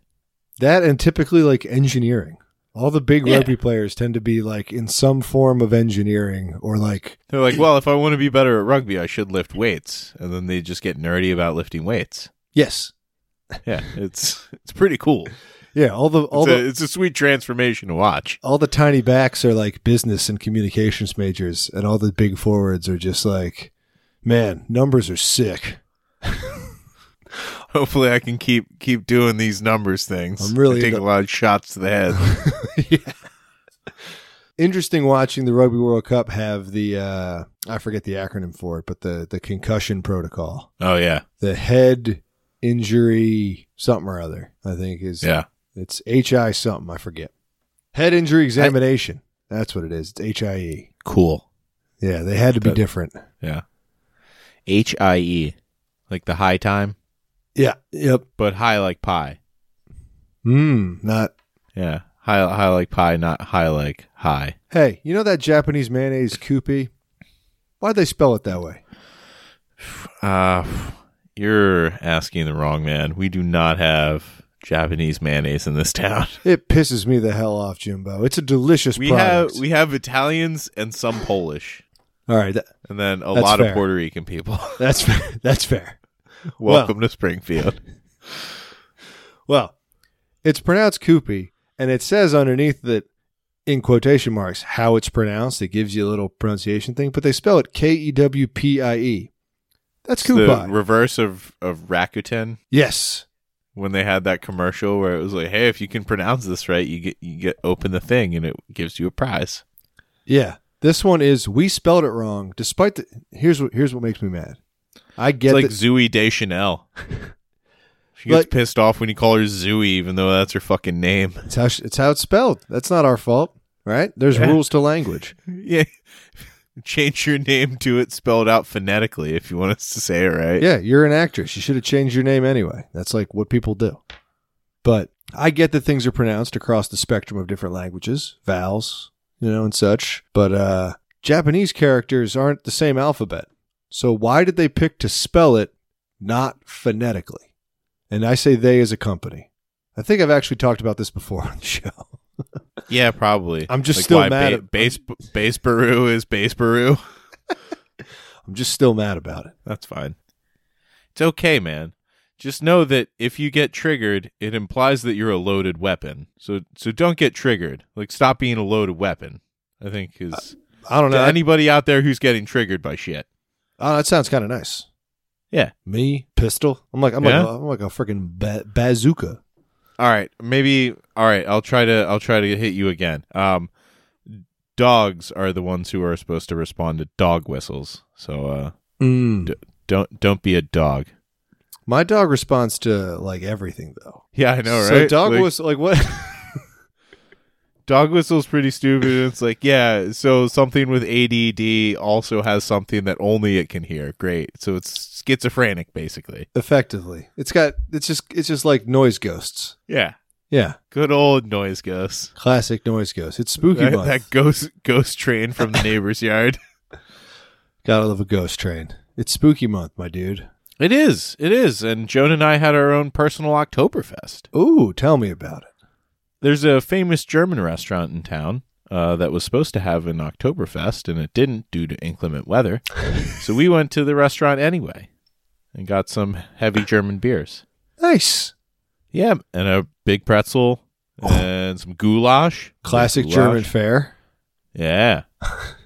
[SPEAKER 1] that and typically like engineering. All the big
[SPEAKER 2] Yeah.
[SPEAKER 1] rugby players tend to be like in some form of engineering or like
[SPEAKER 2] They're like, well, if I want to be better at rugby, I should lift weights, and then they just get nerdy about lifting weights.
[SPEAKER 1] yes,
[SPEAKER 2] Yeah, it's it's pretty cool.
[SPEAKER 1] yeah. All the all
[SPEAKER 2] It's,
[SPEAKER 1] the
[SPEAKER 2] a, it's a sweet transformation to watch.
[SPEAKER 1] all the tiny backs are like business and communications majors, and all the big forwards are just like, man, numbers are sick.
[SPEAKER 2] Hopefully, I can keep keep doing these numbers things.
[SPEAKER 1] I'm really
[SPEAKER 2] I take
[SPEAKER 1] into-
[SPEAKER 2] a lot of shots to the head.
[SPEAKER 1] yeah. Interesting watching the Rugby World Cup have the uh, I forget the acronym for it, but the the concussion protocol,
[SPEAKER 2] oh yeah,
[SPEAKER 1] the head injury something or other. I think is
[SPEAKER 2] yeah.
[SPEAKER 1] it's HI something I forget. Head injury examination. That's what it is. It's HIE.
[SPEAKER 2] Cool.
[SPEAKER 1] Yeah, they had to be
[SPEAKER 2] That-
[SPEAKER 1] different.
[SPEAKER 2] H I E, like the high time.
[SPEAKER 1] Yeah. Yep.
[SPEAKER 2] but high like pie.
[SPEAKER 1] Mm, not.
[SPEAKER 2] Yeah, high high like pie, not high like high.
[SPEAKER 1] Hey, you know that Japanese mayonnaise Kewpie? Why'd they spell it that way?
[SPEAKER 2] Uh, you're asking the wrong man. We do not have Japanese mayonnaise in this town.
[SPEAKER 1] It pisses me the hell off, Jimbo. It's a delicious
[SPEAKER 2] We
[SPEAKER 1] product.
[SPEAKER 2] have we have Italians and some Polish,
[SPEAKER 1] All right, that,
[SPEAKER 2] and then a
[SPEAKER 1] That's
[SPEAKER 2] lot
[SPEAKER 1] fair.
[SPEAKER 2] of Puerto Rican people.
[SPEAKER 1] that's fair. that's fair.
[SPEAKER 2] Welcome to Springfield.
[SPEAKER 1] Well, it's pronounced Koopy, and it says underneath that in quotation marks how it's pronounced. It gives you a little pronunciation thing, but they spell it K E W P I E. That's
[SPEAKER 2] the
[SPEAKER 1] Kewpie.
[SPEAKER 2] reverse of of Rakuten
[SPEAKER 1] yes.
[SPEAKER 2] when they had that commercial where it was like, "Hey, if you can pronounce this right, you get you get open the thing and it gives you a prize."
[SPEAKER 1] Yeah. This one is we spelled it wrong. Despite the here's what here's what makes me mad. I
[SPEAKER 2] It's
[SPEAKER 1] get
[SPEAKER 2] like
[SPEAKER 1] that-
[SPEAKER 2] Zooey Deschanel. she gets
[SPEAKER 1] Like-
[SPEAKER 2] pissed off when you call her Zooey, even though that's her fucking name.
[SPEAKER 1] it's how it's how it's spelled. That's not our fault, right? There's
[SPEAKER 2] Yeah.
[SPEAKER 1] rules to language.
[SPEAKER 2] yeah. Change your name to it spelled out phonetically if you want us to say it right.
[SPEAKER 1] Yeah, you're an actress. You should have changed your name anyway. That's like what people do. But I get that things are pronounced across the spectrum of different languages, vowels, you know, and such. But uh, Japanese characters aren't the same alphabet. So why did they pick to spell it not phonetically? And I say they as a company. I think I've actually talked about this before on the show.
[SPEAKER 2] Yeah, probably.
[SPEAKER 1] I'm just still mad at-
[SPEAKER 2] base base Peru is base Peru.
[SPEAKER 1] I'm just still mad about it.
[SPEAKER 2] That's fine. It's okay, man. Just know that if you get triggered, it implies that you're a loaded weapon. So so don't get triggered. Like stop being a loaded weapon. I think is
[SPEAKER 1] I don't know.
[SPEAKER 2] to
[SPEAKER 1] That,
[SPEAKER 2] anybody out there who's getting triggered by shit.
[SPEAKER 1] oh, that sounds kind of nice.
[SPEAKER 2] Yeah.
[SPEAKER 1] Me, pistol. I'm like I'm
[SPEAKER 2] Yeah?
[SPEAKER 1] like a, I'm like a freaking ba- bazooka.
[SPEAKER 2] All right, maybe. All right, I'll try to. I'll try to hit you again. Um, dogs are the ones who are supposed to respond to dog whistles. So uh,
[SPEAKER 1] Mm.
[SPEAKER 2] don't don't be a dog.
[SPEAKER 1] My dog responds to like everything though.
[SPEAKER 2] Yeah, I know, right?
[SPEAKER 1] So dog
[SPEAKER 2] Like,
[SPEAKER 1] was like what?
[SPEAKER 2] dog whistles pretty stupid. It's like yeah, so something with ADD also has something that only it can hear. Great. So it's schizophrenic, basically.
[SPEAKER 1] Effectively, it's got it's just it's just like noise ghosts.
[SPEAKER 2] Yeah,
[SPEAKER 1] Yeah,
[SPEAKER 2] good old noise ghost.
[SPEAKER 1] classic noise ghosts. It's spooky
[SPEAKER 2] That,
[SPEAKER 1] month.
[SPEAKER 2] that ghost ghost train from the neighbor's yard.
[SPEAKER 1] Gotta love a ghost train. It's spooky month, my dude.
[SPEAKER 2] It is. It is. And Joan and I had our own personal Oktoberfest.
[SPEAKER 1] Ooh, tell me about it.
[SPEAKER 2] There's a famous German restaurant in town uh, that was supposed to have an Oktoberfest, and it didn't due to inclement weather. so we went to the restaurant anyway and got some heavy German beers.
[SPEAKER 1] Nice,
[SPEAKER 2] Yeah, and a big pretzel and some goulash.
[SPEAKER 1] Oh. classic
[SPEAKER 2] Goulash.
[SPEAKER 1] German fare.
[SPEAKER 2] Yeah.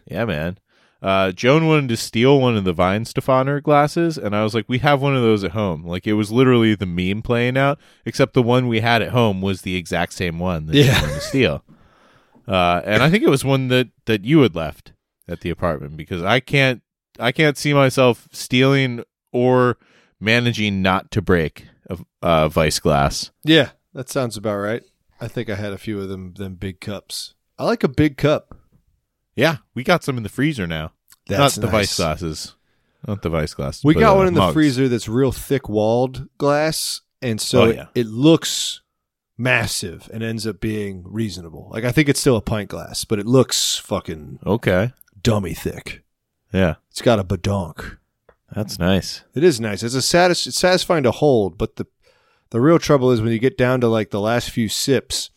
[SPEAKER 2] Yeah, man. Uh, Joan wanted to steal one of the Vine Stefaner glasses, and I was like, we have one of those at home. Like, it was literally the meme playing out, except the one we had at home was the exact same one that
[SPEAKER 1] Yeah.
[SPEAKER 2] she wanted to steal. Uh, and I think it was one that, that you had left at the apartment because I can't I can't see myself stealing or managing not to break a uh, vice glass.
[SPEAKER 1] Yeah, that sounds about right. I think I had a few of them them big cups. I like a big cup.
[SPEAKER 2] Yeah, we got some in the freezer now.
[SPEAKER 1] That's
[SPEAKER 2] not the
[SPEAKER 1] nice.
[SPEAKER 2] vice glasses. Not the vice glasses.
[SPEAKER 1] We
[SPEAKER 2] but,
[SPEAKER 1] got
[SPEAKER 2] uh,
[SPEAKER 1] one in the
[SPEAKER 2] mugs.
[SPEAKER 1] freezer that's real thick walled glass, and so
[SPEAKER 2] Oh,
[SPEAKER 1] it-
[SPEAKER 2] yeah.
[SPEAKER 1] it, looks massive and ends up being reasonable. Like I think it's still a pint glass, but it looks fucking
[SPEAKER 2] Okay.
[SPEAKER 1] dummy thick.
[SPEAKER 2] Yeah.
[SPEAKER 1] It's got a badonk.
[SPEAKER 2] That's nice.
[SPEAKER 1] It is nice. It's a satis- it's satisfying to hold, but the the real trouble is when you get down to like the last few sips,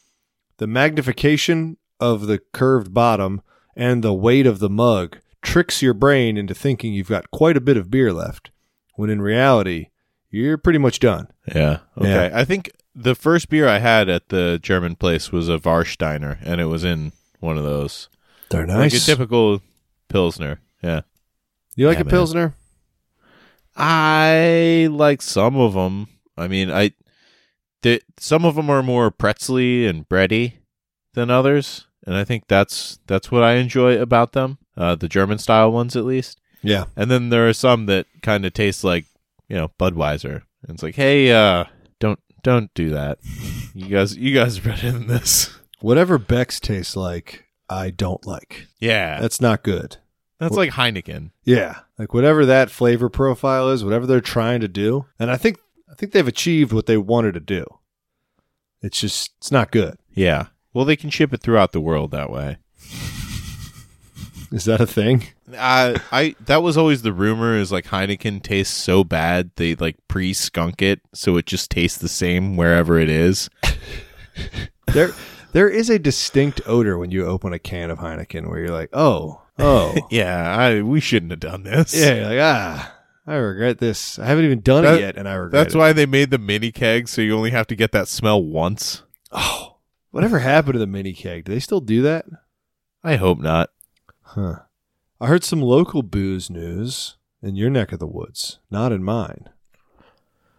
[SPEAKER 1] the magnification of the curved bottom and the weight of the mug tricks your brain into thinking you've got quite a bit of beer left, when in reality you're pretty much done.
[SPEAKER 2] Yeah. Okay. I think the first beer I had at the German place was a Varsteiner, and it was in one of those.
[SPEAKER 1] They're
[SPEAKER 2] Like a typical Pilsner. Yeah.
[SPEAKER 1] you like
[SPEAKER 2] Yeah,
[SPEAKER 1] a
[SPEAKER 2] man.
[SPEAKER 1] pilsner?
[SPEAKER 2] I like some of them. I mean, I. The, some of them are more pretzely and bready than others, and I think that's that's what I enjoy about them. Uh, the German style ones, at least.
[SPEAKER 1] Yeah.
[SPEAKER 2] And then there are some that kind of taste like, you know, Budweiser. And it's like, hey, uh, don't don't do that. You guys you guys are better than this.
[SPEAKER 1] Whatever Beck's tastes like, I don't like.
[SPEAKER 2] Yeah. That's,
[SPEAKER 1] That's not good.
[SPEAKER 2] like Heineken.
[SPEAKER 1] Yeah, like whatever that flavor profile is, whatever they're trying to do, and I think I think they've achieved what they wanted to do. It's just it's not good.
[SPEAKER 2] Yeah. Well, they can ship it throughout the world that way.
[SPEAKER 1] Is that a thing?
[SPEAKER 2] Uh, I that was always the rumor is like Heineken tastes so bad they like pre skunk it so it just tastes the same wherever it is.
[SPEAKER 1] There there is a distinct odor when you open a can of Heineken where you're like, "Oh, oh."
[SPEAKER 2] Yeah, I, we shouldn't have done this.
[SPEAKER 1] yeah, you're like, "Ah, I regret this. I haven't even done
[SPEAKER 2] That-
[SPEAKER 1] it yet and I regret
[SPEAKER 2] That's
[SPEAKER 1] it."
[SPEAKER 2] why they made the mini keg so you only have to get that smell once.
[SPEAKER 1] Oh. Whatever happened to the mini keg? Do they still do that?
[SPEAKER 2] I hope not.
[SPEAKER 1] Huh. I heard some local booze news in your neck of the woods, not in mine.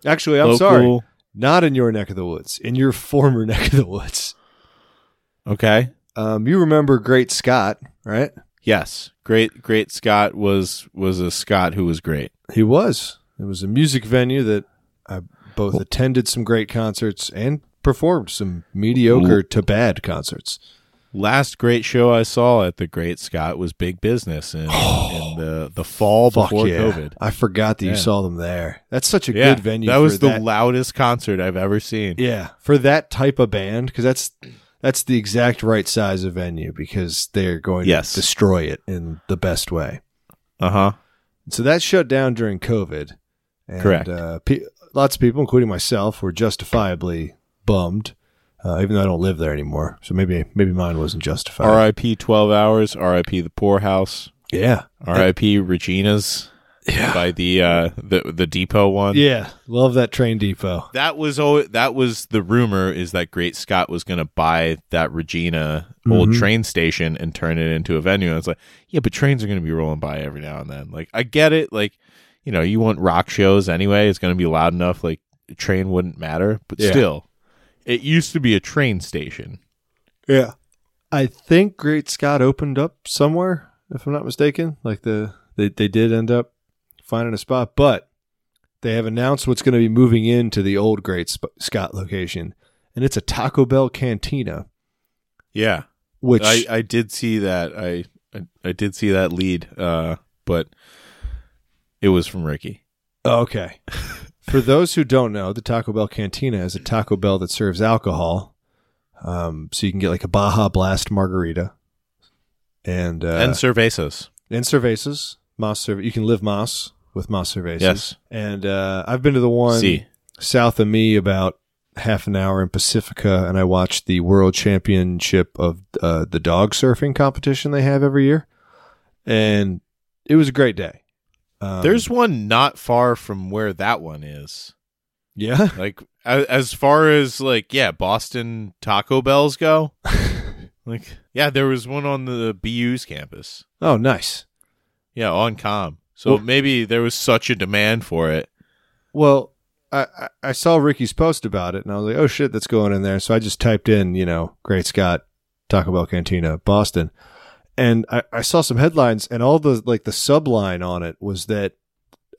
[SPEAKER 1] Actually, I'm
[SPEAKER 2] Local-
[SPEAKER 1] sorry. Not in your neck of the woods, in your former neck of the woods.
[SPEAKER 2] Okay.
[SPEAKER 1] Um, you remember Great Scott, right?
[SPEAKER 2] Yes. Great great Scott was was a Scott who was great.
[SPEAKER 1] He was. It was a music venue that I both attended some great concerts and performed some mediocre to bad concerts.
[SPEAKER 2] Last great show I saw at the Great Scott was Big Business in, in the the fall
[SPEAKER 1] Fuck
[SPEAKER 2] before
[SPEAKER 1] yeah.
[SPEAKER 2] COVID.
[SPEAKER 1] I forgot that
[SPEAKER 2] Yeah.
[SPEAKER 1] you saw them there. That's such a good venue.
[SPEAKER 2] That
[SPEAKER 1] for
[SPEAKER 2] was the
[SPEAKER 1] that.
[SPEAKER 2] loudest concert I've ever seen.
[SPEAKER 1] Yeah, for that type of band, because that's that's the exact right size of venue because they're going
[SPEAKER 2] Yes.
[SPEAKER 1] to destroy it in the best way.
[SPEAKER 2] Uh huh.
[SPEAKER 1] So that shut down during COVID. And,
[SPEAKER 2] Correct.
[SPEAKER 1] Uh, pe- lots of people, including myself, were justifiably bummed, uh, even though I don't live there anymore. So maybe maybe mine wasn't justified.
[SPEAKER 2] R.I.P. Twelve Hours. R.I.P. The Poorhouse.
[SPEAKER 1] Yeah.
[SPEAKER 2] R.I.P. Regina's
[SPEAKER 1] Yeah.
[SPEAKER 2] by the uh the the Depot one.
[SPEAKER 1] Yeah. Love that train depot.
[SPEAKER 2] That was oh, that was the rumor is that Great Scott was going to buy that Regina old
[SPEAKER 1] Mhm.
[SPEAKER 2] train station and turn it into a venue. And it's like, yeah, but trains are going to be rolling by every now and then. Like, I get it. Like, you know, you want rock shows anyway. It's going to be loud enough. Like, a train wouldn't matter. But
[SPEAKER 1] Yeah.
[SPEAKER 2] still, it used to be a train station.
[SPEAKER 1] Yeah. I think Great Scott opened up somewhere, if I'm not mistaken. Like the they, they did end up finding a spot, but they have announced what's going to be moving into the old Great Sp- Scott location, and it's a Taco Bell cantina,
[SPEAKER 2] Yeah,
[SPEAKER 1] which
[SPEAKER 2] I I did see that. I I, I did see that lead. Uh, but it was from Ricky.
[SPEAKER 1] Okay. For those who don't know, the Taco Bell Cantina is a Taco Bell that serves alcohol. Um, so you can get like a Baja Blast margarita and uh,
[SPEAKER 2] and Cervezas.
[SPEAKER 1] and cervezas, Mas cerve- You can live Mas with Mas cervezas.
[SPEAKER 2] Yes.
[SPEAKER 1] And uh, I've been to the one
[SPEAKER 2] See.
[SPEAKER 1] south of me about half an hour in Pacifica, and I watched the World Championship of uh, the dog surfing competition they have every year, and it was a great day. Um,
[SPEAKER 2] There's one not far from where that one is.
[SPEAKER 1] yeah.
[SPEAKER 2] Like a- as far as like yeah, Boston Taco Bells go. like yeah, there was one on the BU's campus.
[SPEAKER 1] Oh, nice.
[SPEAKER 2] Yeah, on Com. So
[SPEAKER 1] Well-
[SPEAKER 2] maybe there was such a demand for it.
[SPEAKER 1] Well, I, I I saw Ricky's post about it, and I was like, oh shit, that's going in there. So I just typed in, you know, Great Scott, Taco Bell Cantina, Boston, and I, I saw some headlines, and all the like the subline on it was that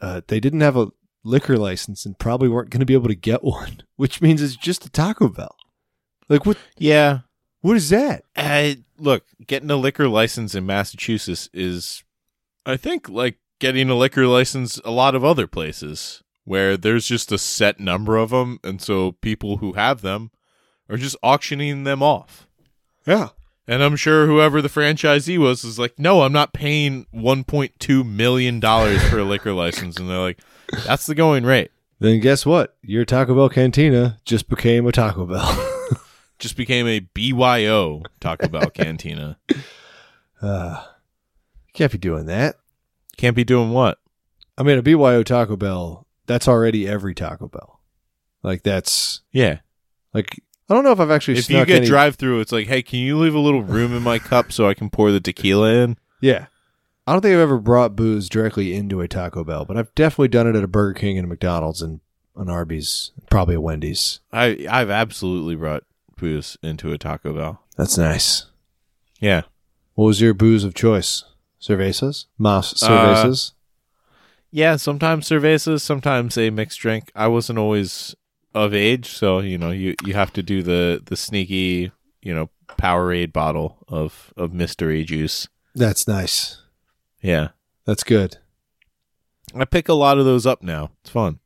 [SPEAKER 1] uh, they didn't have a liquor license and probably weren't going to be able to get one, which means it's just a Taco Bell. Like what?
[SPEAKER 2] Yeah.
[SPEAKER 1] What is that?
[SPEAKER 2] Uh, look, getting a liquor license in Massachusetts is I think like getting a liquor license a lot of other places where there's just a set number of them and so people who have them are just auctioning them off.
[SPEAKER 1] Yeah.
[SPEAKER 2] And I'm sure whoever the franchisee was is like, no, I'm not paying 1.2 million dollars for a liquor license, and they're like, that's the going rate.
[SPEAKER 1] Then guess what? Your Taco Bell Cantina just became a Taco Bell.
[SPEAKER 2] Just became a BYO Taco Bell cantina.
[SPEAKER 1] uh, can't be doing that.
[SPEAKER 2] Can't be doing what?
[SPEAKER 1] I mean, a BYO Taco Bell, that's already every Taco Bell. Like, that's
[SPEAKER 2] Yeah.
[SPEAKER 1] like, I don't know if I've actually
[SPEAKER 2] If you
[SPEAKER 1] snuck
[SPEAKER 2] get
[SPEAKER 1] any-
[SPEAKER 2] drive through, it's like, hey, can you leave a little room in my cup so I can pour the tequila in?
[SPEAKER 1] Yeah. I don't think I've ever brought booze directly into a Taco Bell, but I've definitely done it at a Burger King and a McDonald's and an Arby's, probably a Wendy's.
[SPEAKER 2] I I've absolutely brought booze into a Taco Bell.
[SPEAKER 1] That's nice.
[SPEAKER 2] Yeah.
[SPEAKER 1] What was your booze of choice? Cervezas? Mas cervezas?
[SPEAKER 2] Yeah, sometimes cervezas, sometimes a mixed drink. I wasn't always of age, so you know, you, you have to do the the sneaky, you know, Powerade bottle of of mystery juice.
[SPEAKER 1] That's nice.
[SPEAKER 2] Yeah.
[SPEAKER 1] That's good.
[SPEAKER 2] I pick a lot of those up now. It's fun.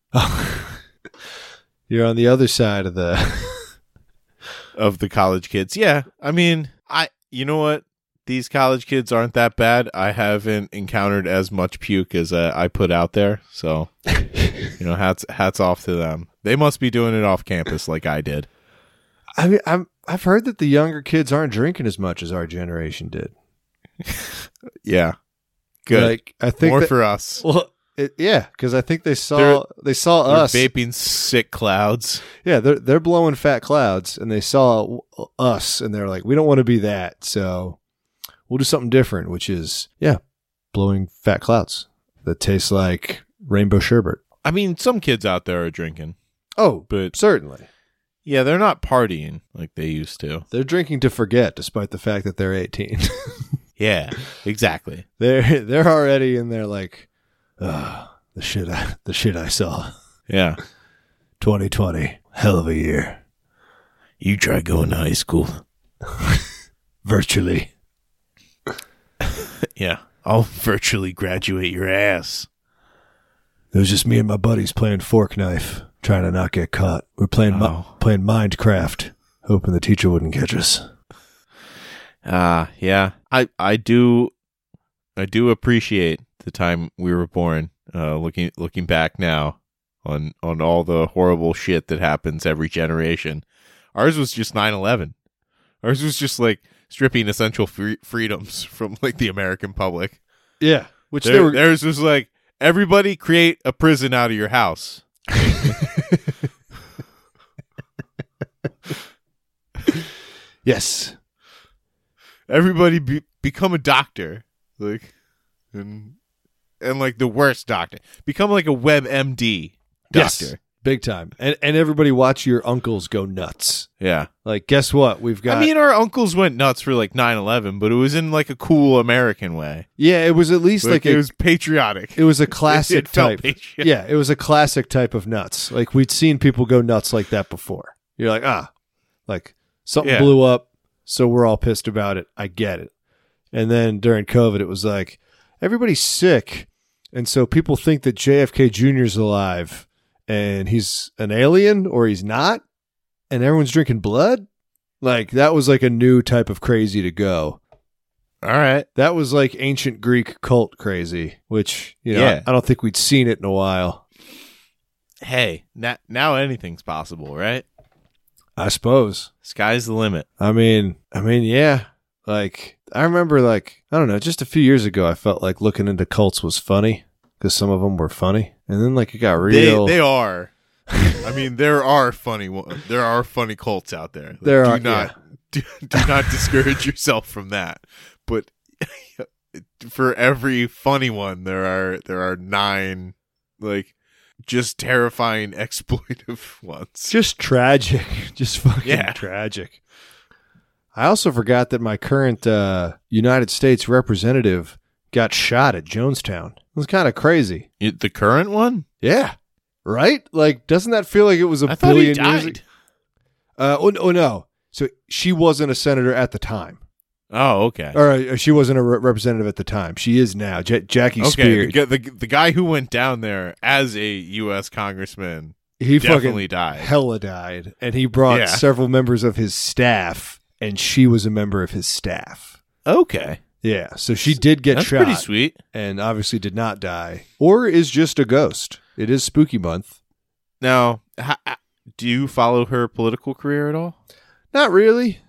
[SPEAKER 1] You're on the other side of the.
[SPEAKER 2] of the college kids. Yeah. I mean, I you know what? These college kids aren't that bad. I haven't encountered as much puke as uh, I put out there. So, you know, hats hats off to them. They must be doing it off campus like I did.
[SPEAKER 1] I mean, I'm, I've heard that the younger kids aren't drinking as much as our generation did.
[SPEAKER 2] Yeah. Good.
[SPEAKER 1] Like I think
[SPEAKER 2] More
[SPEAKER 1] that-
[SPEAKER 2] for us.
[SPEAKER 1] well, it, yeah, because I think they saw
[SPEAKER 2] They're-
[SPEAKER 1] they saw
[SPEAKER 2] We're
[SPEAKER 1] us.
[SPEAKER 2] vaping sick clouds.
[SPEAKER 1] Yeah, they're they're blowing fat clouds, and they saw w- us, and they're like, we don't want to be that, so we'll do something different, which is yeah, blowing fat clouds that taste like rainbow sherbet.
[SPEAKER 2] I mean, some kids out there are drinking,
[SPEAKER 1] Oh,
[SPEAKER 2] but
[SPEAKER 1] certainly,
[SPEAKER 2] yeah, they're not partying like they used to.
[SPEAKER 1] they're drinking to forget, despite the fact that they're eighteen.
[SPEAKER 2] Yeah, exactly.
[SPEAKER 1] they're they're already in there like, Ugh, the shit I the shit I saw.
[SPEAKER 2] Yeah.
[SPEAKER 1] Twenty twenty, hell of a year,
[SPEAKER 2] You try going to high school.
[SPEAKER 1] virtually.
[SPEAKER 2] Yeah. I'll virtually graduate your ass.
[SPEAKER 1] It was just me and my buddies playing fork knife, trying to not get caught. We're playing mi-
[SPEAKER 2] Oh.
[SPEAKER 1] playing Mindcraft, hoping the teacher wouldn't catch us.
[SPEAKER 2] Ah, yeah. I I do I do appreciate the time we were born. Uh looking looking back now on on all the horrible shit that happens every generation. Ours was just 9/11. Ours was just like stripping essential free- freedoms from like the American public.
[SPEAKER 1] Yeah, which
[SPEAKER 2] There, theirs was like everybody create a prison out of your house.
[SPEAKER 1] yes,
[SPEAKER 2] Everybody be- become a doctor. Like and and like the worst doctor. Become like a WebMD doctor.
[SPEAKER 1] Yes. big time. And and everybody watch your uncles go nuts.
[SPEAKER 2] Yeah.
[SPEAKER 1] Like, guess what? We've got.
[SPEAKER 2] I mean, our uncles went nuts for like 9 11, but it was in like a cool American way.
[SPEAKER 1] yeah, it was at least
[SPEAKER 2] like
[SPEAKER 1] like,
[SPEAKER 2] it
[SPEAKER 1] a,
[SPEAKER 2] was patriotic.
[SPEAKER 1] it was a
[SPEAKER 2] It
[SPEAKER 1] classic
[SPEAKER 2] felt
[SPEAKER 1] type.
[SPEAKER 2] patri-
[SPEAKER 1] Yeah, it was a classic type of nuts. Like we'd seen people go nuts like that before. You're like, ah, like something
[SPEAKER 2] Yeah.
[SPEAKER 1] blew up, so we're all pissed about it. I get it. And then during COVID, it was like everybody's sick, and so people think that JFK Jr. is alive, and he's an alien or he's not, and everyone's drinking blood. Like that was like a new type of crazy to go.
[SPEAKER 2] All right.
[SPEAKER 1] That was like ancient Greek cult crazy, which you know
[SPEAKER 2] Yeah.
[SPEAKER 1] I- I don't think we'd seen it in a while.
[SPEAKER 2] Hey, na- now anything's possible, right?
[SPEAKER 1] I suppose.
[SPEAKER 2] Sky's the limit.
[SPEAKER 1] I mean, I mean, yeah. Like I remember, like I don't know, just a few years ago, I felt like looking into cults was funny because some of them were funny, and then like it got real.
[SPEAKER 2] They, they are. I mean, there are funny one- there are funny cults out there. Like,
[SPEAKER 1] There
[SPEAKER 2] do
[SPEAKER 1] are-
[SPEAKER 2] not do, do not discourage yourself from that. But for every funny one, there are there are nine like just terrifying exploitive ones.
[SPEAKER 1] it's just tragic, just fucking
[SPEAKER 2] Yeah.
[SPEAKER 1] tragic. I also forgot that my current uh, United States representative got shot at Jonestown. It was kind of crazy.
[SPEAKER 2] It- the current one?
[SPEAKER 1] Yeah, right. Like, doesn't that feel like it was a
[SPEAKER 2] I thought he
[SPEAKER 1] billion
[SPEAKER 2] died.
[SPEAKER 1] years? ag- Uh, oh, oh no. So she wasn't a senator at the time.
[SPEAKER 2] Oh, okay.
[SPEAKER 1] Or uh, she wasn't a re- representative at the time. She is now. Ja Jackie
[SPEAKER 2] Okay, the,
[SPEAKER 1] Spears.
[SPEAKER 2] gu- the, the guy who went down there as a U.S. congressman
[SPEAKER 1] He
[SPEAKER 2] definitely
[SPEAKER 1] fucking
[SPEAKER 2] died.
[SPEAKER 1] hella died, and he brought
[SPEAKER 2] Yeah.
[SPEAKER 1] several members of his staff, and she was a member of his staff.
[SPEAKER 2] Okay,
[SPEAKER 1] Yeah, so she did get
[SPEAKER 2] that's
[SPEAKER 1] shot,
[SPEAKER 2] pretty sweet.
[SPEAKER 1] and obviously did not die, or is just a ghost. It is Spooky Month.
[SPEAKER 2] Now, ha- ha- do you follow her political career at all?
[SPEAKER 1] Not really.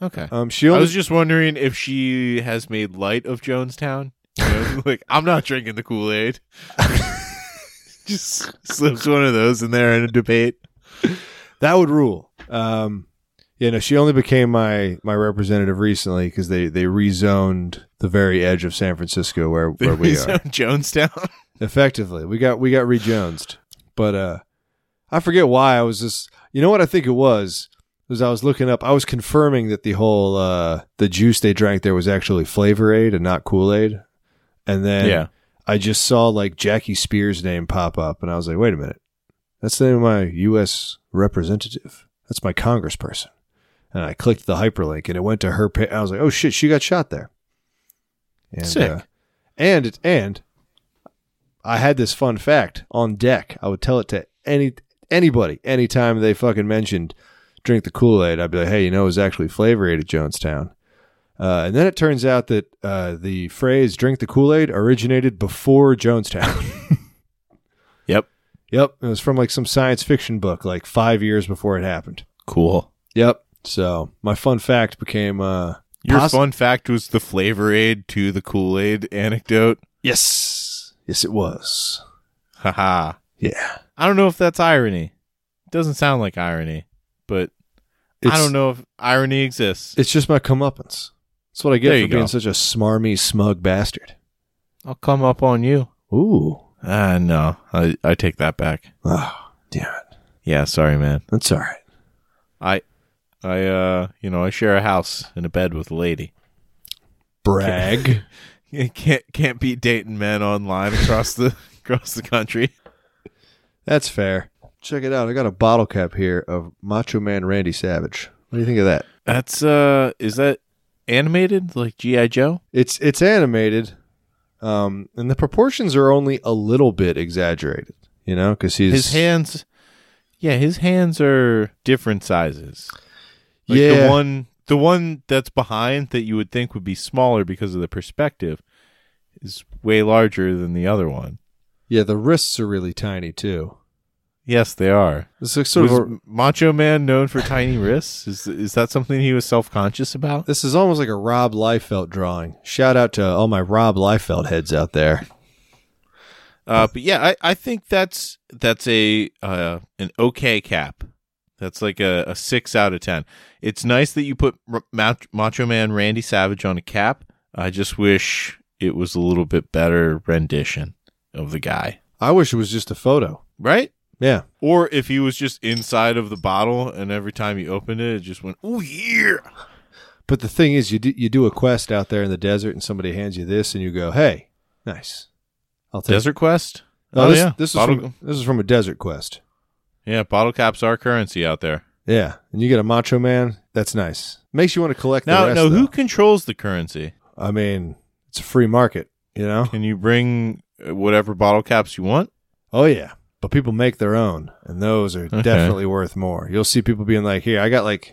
[SPEAKER 2] Okay.
[SPEAKER 1] Um, she
[SPEAKER 2] I
[SPEAKER 1] only
[SPEAKER 2] was just wondering if she has made light of Jonestown. You know, like, I'm not drinking the Kool Aid. just slips one of those in there in a debate.
[SPEAKER 1] That would rule. Um, you know, she only became my my representative recently because they they rezoned the very edge of San Francisco where where we
[SPEAKER 2] Is
[SPEAKER 1] are.
[SPEAKER 2] that Jonestown.
[SPEAKER 1] Effectively, we got we got rejonesed, but uh, I forget why I was just. You know what I think it was was I was looking up. I was confirming that the whole uh the juice they drank there was actually Flavor Aid and not Kool Aid, and then I just saw like Jackie Spears' name pop up, and I was like, wait a minute. That's the name of my U.S. representative. That's my congressperson. And I clicked the hyperlink, and it went to her page. I was like, oh shit, she got shot there. And,
[SPEAKER 2] Sick.
[SPEAKER 1] uh, and it and I had this fun fact on deck. I would tell it to any anybody, anytime they fucking mentioned drink the Kool Aid, I'd be like, hey, you know, it was actually Flavor Aid at Jonestown. Uh, and then it turns out that uh, the phrase drink the Kool Aid originated before Jonestown.
[SPEAKER 2] Yep.
[SPEAKER 1] Yep. It was from like some science fiction book, like five years before it happened.
[SPEAKER 2] Cool.
[SPEAKER 1] Yep. So my fun fact became uh,
[SPEAKER 2] Your
[SPEAKER 1] Poss-
[SPEAKER 2] fun fact was the flavor aid to the Kool Aid anecdote.
[SPEAKER 1] yes. Yes, it was.
[SPEAKER 2] Haha.
[SPEAKER 1] Yeah.
[SPEAKER 2] I don't know if that's irony. It doesn't sound like irony, but I
[SPEAKER 1] It's-
[SPEAKER 2] don't know if irony exists.
[SPEAKER 1] It's just my comeuppance. That's what I get
[SPEAKER 2] There
[SPEAKER 1] for
[SPEAKER 2] you
[SPEAKER 1] being
[SPEAKER 2] go.
[SPEAKER 1] such a smarmy, smug bastard.
[SPEAKER 2] I'll come up on you.
[SPEAKER 1] Ooh.
[SPEAKER 2] Ah, no. I, I take that back.
[SPEAKER 1] Oh, damn it.
[SPEAKER 2] Yeah, sorry, man.
[SPEAKER 1] That's all right.
[SPEAKER 2] I, I, uh, you know, I share a house and a bed with a lady.
[SPEAKER 1] Brag.
[SPEAKER 2] You can't can't be dating men online across the across the country.
[SPEAKER 1] That's fair. Check it out. I got a bottle cap here of Macho Man Randy Savage. What do you think of that?
[SPEAKER 2] That's uh, is that animated like GI Joe?
[SPEAKER 1] It's it's animated, um, and the proportions are only a little bit exaggerated. You know, because he's
[SPEAKER 2] His hands, yeah, his hands are different sizes. Like
[SPEAKER 1] Yeah.
[SPEAKER 2] the one the one that's behind that you would think would be smaller because of the perspective is way larger than the other one.
[SPEAKER 1] Yeah, the wrists are really tiny too.
[SPEAKER 2] Yes, they are.
[SPEAKER 1] It's like sort
[SPEAKER 2] was
[SPEAKER 1] of. a-
[SPEAKER 2] Macho Man known for tiny wrists? Is is that something he was self conscious about?
[SPEAKER 1] this is almost like a Rob Liefeld drawing. Shout out to all my Rob Liefeld heads out there.
[SPEAKER 2] Uh, but yeah, I, I think that's that's a uh, an okay cap. That's like a, a six out of ten. It's nice that you put R- Mach- Macho Man Randy Savage on a cap. I just wish it was a little bit better rendition of the guy,
[SPEAKER 1] I wish it was just a photo.
[SPEAKER 2] right?
[SPEAKER 1] Yeah,
[SPEAKER 2] Or if he was just inside of the bottle, and every time you opened it, it just went, "Oh yeah!"
[SPEAKER 1] but the thing is, you do, you do a quest out there in the desert, and somebody hands you this, and you go, "Hey, nice." I'll take.
[SPEAKER 2] Desert Quest.
[SPEAKER 1] No,
[SPEAKER 2] oh
[SPEAKER 1] this,
[SPEAKER 2] yeah,
[SPEAKER 1] this is
[SPEAKER 2] bottle,
[SPEAKER 1] from, this is from a desert quest.
[SPEAKER 2] yeah. Bottle caps are currency out there.
[SPEAKER 1] Yeah, and you get a Macho Man. That's nice. Makes you want to collect. the
[SPEAKER 2] Now,
[SPEAKER 1] rest,
[SPEAKER 2] now, who
[SPEAKER 1] though.
[SPEAKER 2] controls the currency?
[SPEAKER 1] I mean, it's a free market, you know?
[SPEAKER 2] Can you bring uh, whatever bottle caps you want?
[SPEAKER 1] Oh, yeah. But people make their own, and those are
[SPEAKER 2] Okay.
[SPEAKER 1] definitely worth more. You'll see people being like, here, I got like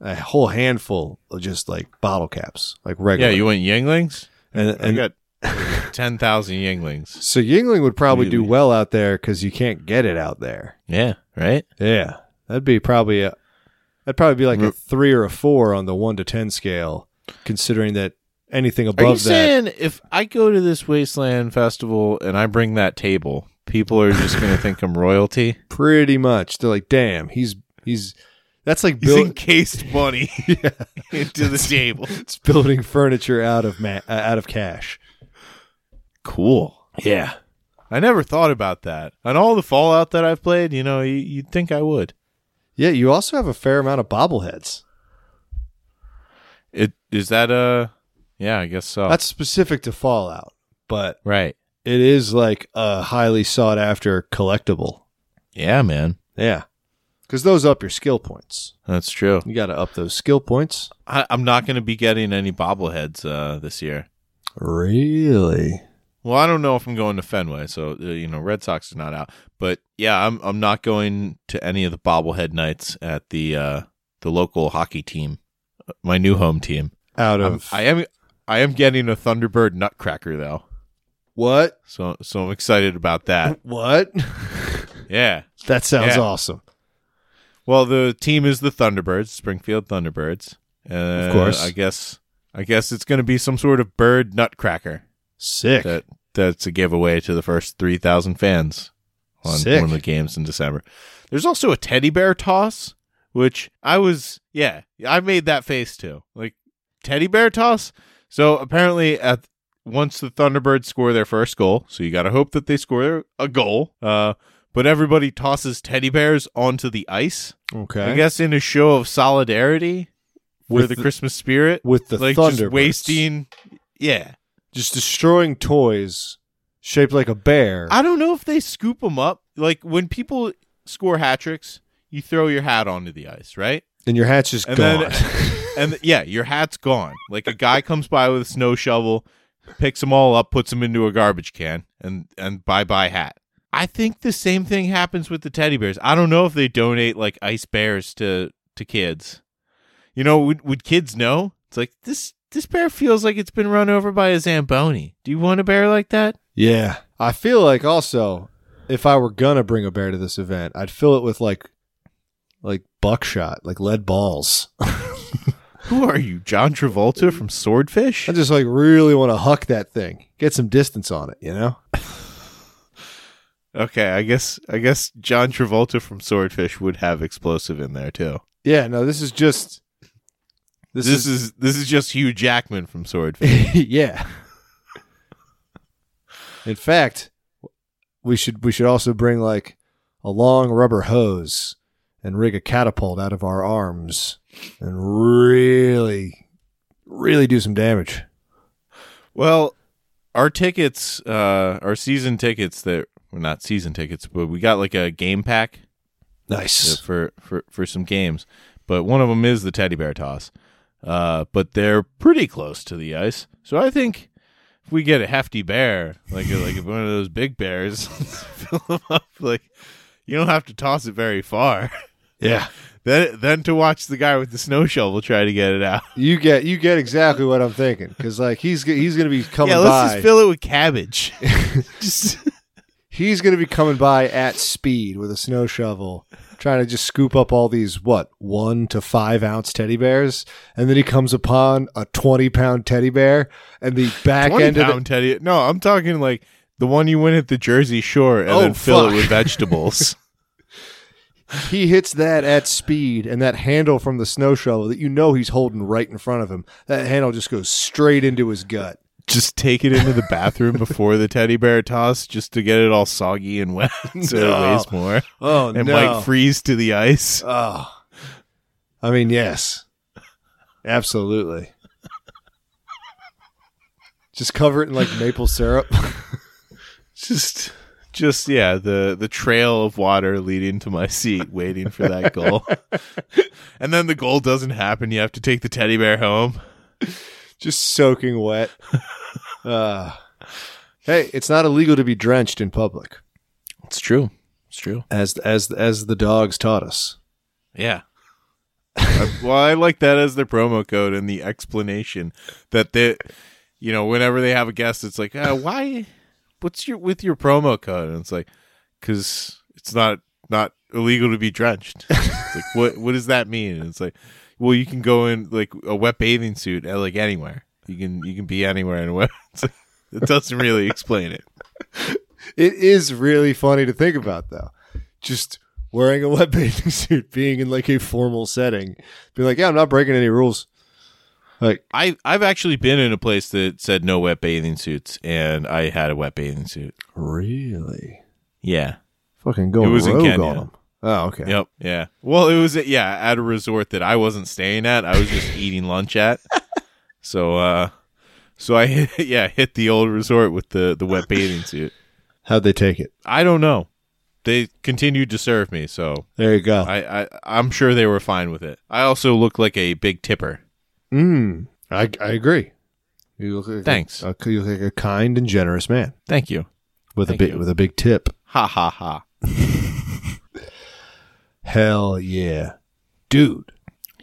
[SPEAKER 1] a whole handful of just like bottle caps, like regular.
[SPEAKER 2] Yeah, you want Yinglings?
[SPEAKER 1] and, and
[SPEAKER 2] I got ten thousand Yinglings.
[SPEAKER 1] so Yingling would probably do
[SPEAKER 2] Really?
[SPEAKER 1] well out there because you can't get it out there.
[SPEAKER 2] Yeah, right.
[SPEAKER 1] Yeah. That'd be probably a, that'd probably be like a
[SPEAKER 2] Re-
[SPEAKER 1] three or a four on the one to 10 scale, considering that anything
[SPEAKER 2] Are
[SPEAKER 1] above
[SPEAKER 2] you
[SPEAKER 1] that.
[SPEAKER 2] saying if I go to this Wasteland Festival and I bring that table, people are just going to think I'm royalty?
[SPEAKER 1] pretty much. They're like, damn, he's, he's, that's like
[SPEAKER 2] He's
[SPEAKER 1] building.
[SPEAKER 2] encased money into the table.
[SPEAKER 1] it's building furniture out of ma- uh, out of cash.
[SPEAKER 2] Cool.
[SPEAKER 1] Yeah.
[SPEAKER 2] I never thought about that. On all the Fallout that I've played, you know, you, you'd think I would.
[SPEAKER 1] Yeah, you also have a fair amount of bobbleheads.
[SPEAKER 2] It is that uh Yeah, I guess so.
[SPEAKER 1] That's specific to Fallout, but
[SPEAKER 2] right.
[SPEAKER 1] it is like a highly sought after collectible.
[SPEAKER 2] Yeah, man.
[SPEAKER 1] Yeah. Cuz those up your skill points.
[SPEAKER 2] That's true.
[SPEAKER 1] You got to up those skill points.
[SPEAKER 2] I, I'm not going to be getting any bobbleheads uh, this year.
[SPEAKER 1] Really?
[SPEAKER 2] Well, I don't know if I'm going to Fenway, so uh, you know Red Sox is not out. But yeah, I'm I'm not going to any of the bobblehead nights at the uh, the local hockey team, uh, my new home team.
[SPEAKER 1] Out
[SPEAKER 2] I'm,
[SPEAKER 1] of
[SPEAKER 2] I am I am getting a Thunderbird Nutcracker though,
[SPEAKER 1] what?
[SPEAKER 2] so so I'm excited about that.
[SPEAKER 1] What?
[SPEAKER 2] Yeah.
[SPEAKER 1] that sounds
[SPEAKER 2] Yeah.
[SPEAKER 1] awesome.
[SPEAKER 2] Well, the team is the Thunderbirds, Springfield Thunderbirds. Uh, of
[SPEAKER 1] course.
[SPEAKER 2] I guess I guess it's going to be some sort of bird Nutcracker
[SPEAKER 1] Sick.
[SPEAKER 2] that that's a giveaway to the first 3,000 fans on
[SPEAKER 1] Sick.
[SPEAKER 2] one of the games in December. There's also a teddy bear toss, which I was, yeah, I made that face too. Like, teddy bear toss? So apparently, at once the Thunderbirds score their first goal, so you got to hope that they score a goal, uh, but everybody tosses teddy bears onto the ice,
[SPEAKER 1] okay.
[SPEAKER 2] I guess, in a show of solidarity with
[SPEAKER 1] With
[SPEAKER 2] the,
[SPEAKER 1] the-
[SPEAKER 2] Christmas spirit.
[SPEAKER 1] With the
[SPEAKER 2] like,
[SPEAKER 1] thunder
[SPEAKER 2] just wasting. Yeah.
[SPEAKER 1] just destroying toys shaped like a bear.
[SPEAKER 2] I don't know if they scoop them up. Like when people score hat tricks, you throw your hat onto the ice, right?
[SPEAKER 1] and your hat's just
[SPEAKER 2] And
[SPEAKER 1] gone.
[SPEAKER 2] then, and th- yeah, your hat's gone. Like a guy comes by with a snow shovel, picks them all up, puts them into a garbage can, and and bye bye hat. I think the same thing happens with the teddy bears. I don't know if they donate like ice bears to to kids. You know, would would kids know? It's like this this bear feels like it's been run over by a zamboni. Do you want a bear like that?
[SPEAKER 1] Yeah. I feel like also if I were gonna bring a bear to this event, I'd fill it with like like buckshot, like lead balls.
[SPEAKER 2] Who are you, John Travolta from Swordfish?
[SPEAKER 1] I just like really want to huck that thing. Get some distance on it, you know?
[SPEAKER 2] Okay, I guess I guess John Travolta from Swordfish would have explosive in there too.
[SPEAKER 1] Yeah, no, this is just
[SPEAKER 2] This, is, this is just Hugh Jackman from Swordfish.
[SPEAKER 1] yeah. In fact, we should we should also bring like a long rubber hose and rig a catapult out of our arms and really really do some damage.
[SPEAKER 2] well, our tickets, uh, our season tickets that well, not season tickets, but we got like a game pack uh,
[SPEAKER 1] Nice.
[SPEAKER 2] for for for some games. But one of them is the teddy bear toss. Uh, but they're pretty close to the ice, so I think if we get a hefty bear, like like one of those big bears, fill them up. Like you don't have to toss it very far.
[SPEAKER 1] Yeah.
[SPEAKER 2] Then, then to watch the guy with the snow shovel try to get it out.
[SPEAKER 1] You get you get exactly what I'm thinking cuz like he's g- he's going to be coming
[SPEAKER 2] yeah,
[SPEAKER 1] by.
[SPEAKER 2] let's just fill it with cabbage. just
[SPEAKER 1] he's going to be coming by at speed with a snow shovel, trying to just scoop up all these, what, one to five ounce teddy bears. And then he comes upon a 20 pound teddy bear and the back
[SPEAKER 2] twenty
[SPEAKER 1] end
[SPEAKER 2] pound
[SPEAKER 1] of it.
[SPEAKER 2] teddy. No, I'm talking like the one you win at the Jersey Shore and
[SPEAKER 1] Oh,
[SPEAKER 2] then fill
[SPEAKER 1] fuck.
[SPEAKER 2] it with vegetables.
[SPEAKER 1] He hits that at speed and that handle from the snow shovel that you know he's holding right in front of him. That handle just goes straight into his gut.
[SPEAKER 2] just take it into the bathroom before the teddy bear toss, just to get it all soggy and wet, so
[SPEAKER 1] No.
[SPEAKER 2] it weighs more
[SPEAKER 1] Oh,
[SPEAKER 2] and might freeze to the ice.
[SPEAKER 1] oh. I mean, yes. Absolutely. Just cover it in like maple syrup.
[SPEAKER 2] Just, just yeah, the the trail of water leading to my seat, waiting for that goal. and then the goal doesn't happen. You have to take the teddy bear home.
[SPEAKER 1] just soaking wet. uh, hey, it's not illegal to be drenched in public,
[SPEAKER 2] It's true. It's true.
[SPEAKER 1] as as as the dogs taught us.
[SPEAKER 2] Yeah. I- well, I like that as their promo code and the explanation that they, you know, whenever they have a guest, it's like, uh, why? What's your with your promo code? And it's like, because it's not not illegal to be drenched. It's like, what what does that mean? And it's like, well, you can go in like a wet bathing suit, uh, like anywhere. You can you can be anywhere in a wet. It's like, it doesn't really explain it.
[SPEAKER 1] It is really funny to think about, though. Just wearing a wet bathing suit, being in like a formal setting, being like, "Yeah, I'm not breaking any rules." Like,
[SPEAKER 2] I I've actually been in a place that said no wet bathing suits, and I had a wet bathing suit.
[SPEAKER 1] really,
[SPEAKER 2] Yeah.
[SPEAKER 1] fucking going
[SPEAKER 2] It was in
[SPEAKER 1] rogue
[SPEAKER 2] Kenya.
[SPEAKER 1] on 'em. Oh, okay.
[SPEAKER 2] Yep. Yeah. Well, it was yeah at a resort that I wasn't staying at. I was just eating lunch at. So uh, so I hit, yeah hit the old resort with the the wet bathing suit.
[SPEAKER 1] How'd they take it?
[SPEAKER 2] I don't know. They continued to serve me, so
[SPEAKER 1] There you go.
[SPEAKER 2] I, I I'm sure they were fine with it. I also look like a big tipper.
[SPEAKER 1] Mm, I I agree. You look like a-
[SPEAKER 2] Thanks.
[SPEAKER 1] A, you look like a kind and generous man
[SPEAKER 2] Thank you.
[SPEAKER 1] with
[SPEAKER 2] Thank
[SPEAKER 1] a big
[SPEAKER 2] you.
[SPEAKER 1] with a big tip.
[SPEAKER 2] Ha ha ha.
[SPEAKER 1] Hell yeah. Dude.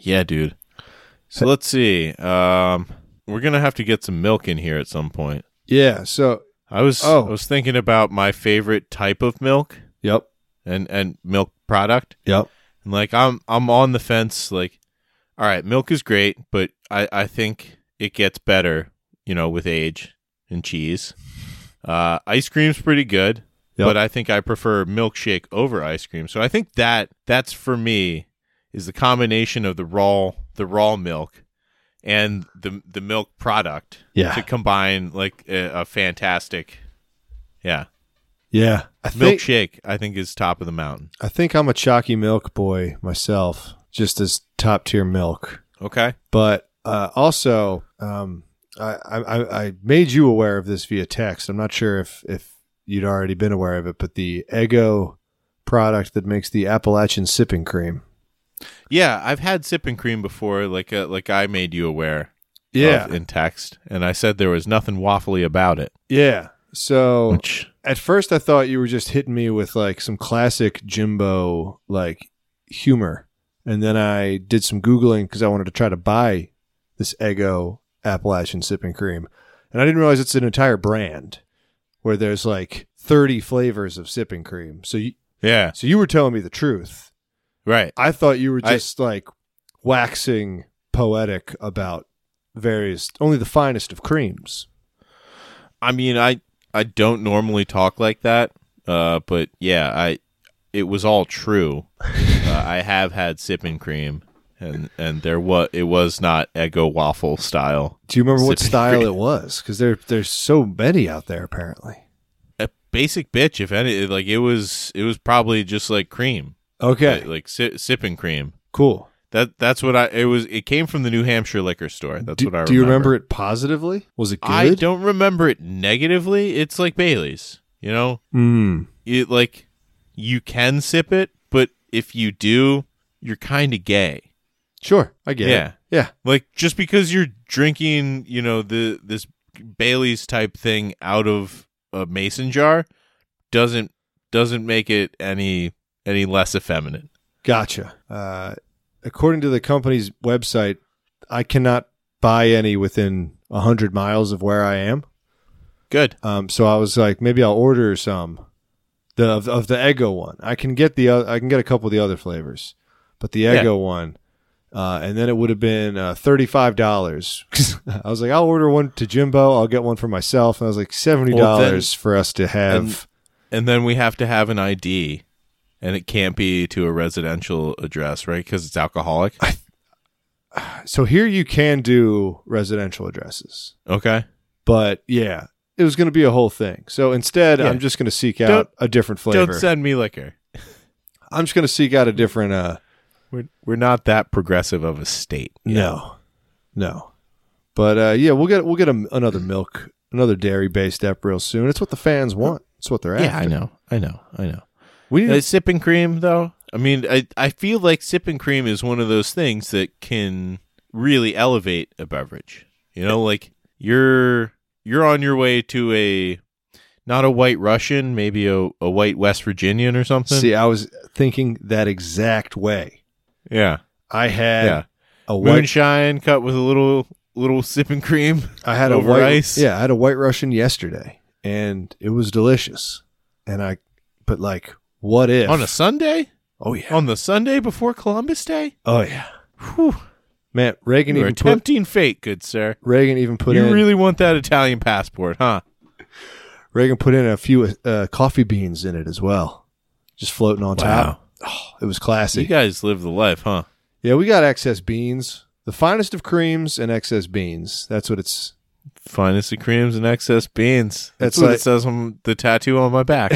[SPEAKER 2] Yeah, dude. So let's see. Um, we're gonna have to get some milk in here at some point.
[SPEAKER 1] Yeah, so
[SPEAKER 2] I was
[SPEAKER 1] Oh.
[SPEAKER 2] I was thinking about my favorite type of milk
[SPEAKER 1] yep,
[SPEAKER 2] and and milk product.
[SPEAKER 1] yep.
[SPEAKER 2] And like I'm I'm on the fence like all right, milk is great, but I I think it gets better, you know, with age and cheese. Uh ice cream's pretty good,
[SPEAKER 1] Yep.
[SPEAKER 2] but I think I prefer milkshake over ice cream. So I think that that's for me is the combination of the raw the raw milk and the the milk product
[SPEAKER 1] Yeah.
[SPEAKER 2] to combine like a, a fantastic yeah,
[SPEAKER 1] Yeah. I think
[SPEAKER 2] milkshake I think is top of the mountain.
[SPEAKER 1] I think I'm a chalky milk boy myself, just as top tier milk.
[SPEAKER 2] Okay?
[SPEAKER 1] But uh, also, um, I, I I- I made you aware of this via text. I'm not sure if if you'd already been aware of it, but the Ego product that makes the Appalachian sipping cream.
[SPEAKER 2] Yeah, I've had sipping cream before, like uh, like I made you aware of in text, and I said there was nothing waffly about it.
[SPEAKER 1] yeah, So
[SPEAKER 2] Which
[SPEAKER 1] at first I thought you were just hitting me with like some classic Jimbo like humor. And then I did some Googling because I wanted to try to buy this Eggo Appalachian sipping cream. And I didn't realize it's an entire brand where there's like 30 flavors of sipping cream. So you,
[SPEAKER 2] yeah,
[SPEAKER 1] so you were telling me the truth.
[SPEAKER 2] right.
[SPEAKER 1] I thought you were
[SPEAKER 2] I-
[SPEAKER 1] just like waxing poetic about various, only the finest of creams.
[SPEAKER 2] I mean, I I don't normally talk like that, uh, but yeah, I it was all true. uh, I have had sipping cream, and and there was it was not Eggo waffle style.
[SPEAKER 1] Do you remember what
[SPEAKER 2] Sipping
[SPEAKER 1] style
[SPEAKER 2] cream.
[SPEAKER 1] it was? Because there, there's so many out there apparently.
[SPEAKER 2] A basic bitch, if any. Like it was it was probably just like cream,
[SPEAKER 1] Okay,
[SPEAKER 2] like, like si- sipping cream.
[SPEAKER 1] cool.
[SPEAKER 2] That that's what I it was. It came from the New Hampshire liquor store. That's
[SPEAKER 1] do,
[SPEAKER 2] what I remember.
[SPEAKER 1] do you remember it positively? Was it good?
[SPEAKER 2] I don't remember it negatively. It's like Bailey's, you know.
[SPEAKER 1] Mm.
[SPEAKER 2] it like you can sip it, but if you do, you're kind of gay.
[SPEAKER 1] Sure, I get
[SPEAKER 2] Yeah.
[SPEAKER 1] it. Yeah,
[SPEAKER 2] Like just because you're drinking, you know, the this Bailey's type thing out of a mason jar doesn't doesn't make it any any less effeminate.
[SPEAKER 1] gotcha. Uh, according to the company's website, I cannot buy any within hundred miles of where I am.
[SPEAKER 2] Good.
[SPEAKER 1] Um, so I was like, maybe I'll order some the of, of the Eggo one. I can get the oth- I can get a couple of the other flavors, but the
[SPEAKER 2] Yeah.
[SPEAKER 1] Eggo one, uh, and then it would have been uh, thirty five dollars. I was like, I'll order one to Jimbo. I'll get one for myself, and I was like seventy
[SPEAKER 2] Well,
[SPEAKER 1] dollars
[SPEAKER 2] then-
[SPEAKER 1] for us to have.
[SPEAKER 2] And then we have to have an ID and it can't be to a residential address, right? Cuz it's alcoholic.
[SPEAKER 1] so here you can do residential addresses,
[SPEAKER 2] Okay.
[SPEAKER 1] but yeah, it was going to be a whole thing. So instead,
[SPEAKER 2] Yeah.
[SPEAKER 1] I'm just going to seek out
[SPEAKER 2] Don't-
[SPEAKER 1] a different flavor.
[SPEAKER 2] Don't send me liquor.
[SPEAKER 1] I'm just going to seek out a different. Uh,
[SPEAKER 2] We're we're not that progressive of a state.
[SPEAKER 1] No, no. But uh, yeah, we'll get we'll get a, another
[SPEAKER 2] Mm.
[SPEAKER 1] milk, another dairy based ep real soon. It's what the fans want. It's what they're
[SPEAKER 2] Oh. Yeah,
[SPEAKER 1] after.
[SPEAKER 2] I know. I know. I know.
[SPEAKER 1] We need
[SPEAKER 2] Uh, sipping cream, though. I mean, I I feel like sipping cream is one of those things that can really elevate a beverage. You know, like you're you're on your way to a not a white Russian, maybe a, a white West Virginian or something.
[SPEAKER 1] see. I was thinking that exact way.
[SPEAKER 2] yeah,
[SPEAKER 1] I had
[SPEAKER 2] yeah.
[SPEAKER 1] a white.
[SPEAKER 2] Moonshine cut with a little little sipping cream.
[SPEAKER 1] I had
[SPEAKER 2] over
[SPEAKER 1] a white.
[SPEAKER 2] ice.
[SPEAKER 1] Yeah, I had a white Russian yesterday, and it was delicious. And I, but like, what if
[SPEAKER 2] on a Sunday,
[SPEAKER 1] Oh yeah.
[SPEAKER 2] on the Sunday before Columbus Day.
[SPEAKER 1] Oh yeah.
[SPEAKER 2] Whew,
[SPEAKER 1] Man, Reagan
[SPEAKER 2] you're
[SPEAKER 1] even put
[SPEAKER 2] tempting fate, good sir.
[SPEAKER 1] Reagan even put
[SPEAKER 2] you
[SPEAKER 1] in
[SPEAKER 2] really want that Italian passport, huh?
[SPEAKER 1] Reagan put in a few uh, coffee beans in it as well, just floating on top. Oh, it was classy.
[SPEAKER 2] You guys live the life, huh?
[SPEAKER 1] Yeah, we got excess beans. The finest of creams and excess beans. That's what it's.
[SPEAKER 2] Finest of creams and excess beans.
[SPEAKER 1] That's
[SPEAKER 2] That's, what
[SPEAKER 1] like-
[SPEAKER 2] it says on the tattoo on my back.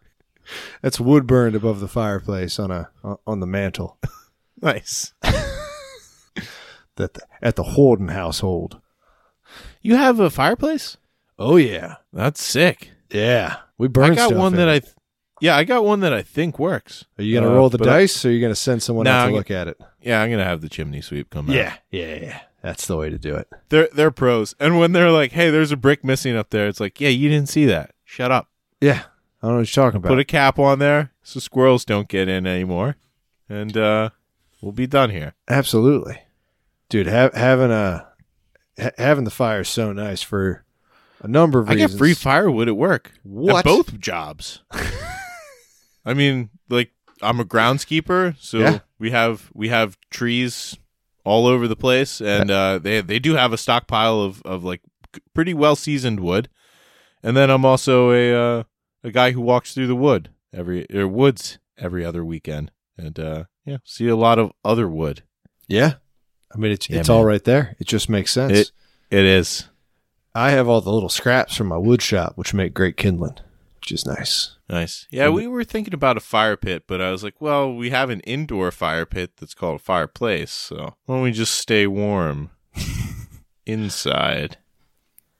[SPEAKER 1] That's wood burned above the fireplace on a on the mantle
[SPEAKER 2] nice.
[SPEAKER 1] that at the Horden household.
[SPEAKER 2] You have a fireplace?
[SPEAKER 1] Oh yeah,
[SPEAKER 2] That's sick.
[SPEAKER 1] yeah. We burn.
[SPEAKER 2] I got
[SPEAKER 1] stuff
[SPEAKER 2] one
[SPEAKER 1] in
[SPEAKER 2] that
[SPEAKER 1] it.
[SPEAKER 2] I, th- yeah, I got one that I think works.
[SPEAKER 1] Are you gonna
[SPEAKER 2] Uh,
[SPEAKER 1] roll the
[SPEAKER 2] but I-
[SPEAKER 1] dice, or are you gonna send someone
[SPEAKER 2] Nah,
[SPEAKER 1] out
[SPEAKER 2] I'm-
[SPEAKER 1] to look at it?
[SPEAKER 2] yeah, I'm gonna have the chimney sweep come out.
[SPEAKER 1] yeah, yeah. That's the way to do it.
[SPEAKER 2] they're they're pros. And when they're like, "Hey, there's a brick missing up there," it's like, "Yeah, you didn't see that. Shut up.
[SPEAKER 1] Yeah, I don't know what you're talking about.
[SPEAKER 2] Put a cap on there so squirrels don't get in anymore, and uh, we'll be done here."
[SPEAKER 1] Absolutely, dude. Ha- having a ha- having the fire is so nice for a number of
[SPEAKER 2] I
[SPEAKER 1] reasons.
[SPEAKER 2] get free firewood at work.
[SPEAKER 1] What?
[SPEAKER 2] At both jobs. I mean, like I'm a groundskeeper, so
[SPEAKER 1] Yeah.
[SPEAKER 2] we have we have trees all over the place, and uh, they they do have a stockpile of of like g- pretty well seasoned wood. And then I'm also a uh, a guy who walks through the wood every or woods every other weekend, and uh, yeah, see a lot of other wood.
[SPEAKER 1] yeah, I mean it's
[SPEAKER 2] Yeah,
[SPEAKER 1] it's
[SPEAKER 2] man.
[SPEAKER 1] all right there. It just makes sense.
[SPEAKER 2] It- It is
[SPEAKER 1] I have all the little scraps from my wood shop, which make great kindling, which is nice.
[SPEAKER 2] Nice. Yeah,
[SPEAKER 1] And-
[SPEAKER 2] we were thinking about a fire pit, but I was like, well, we have an indoor fire pit that's called a fireplace, so why don't we just stay warm inside?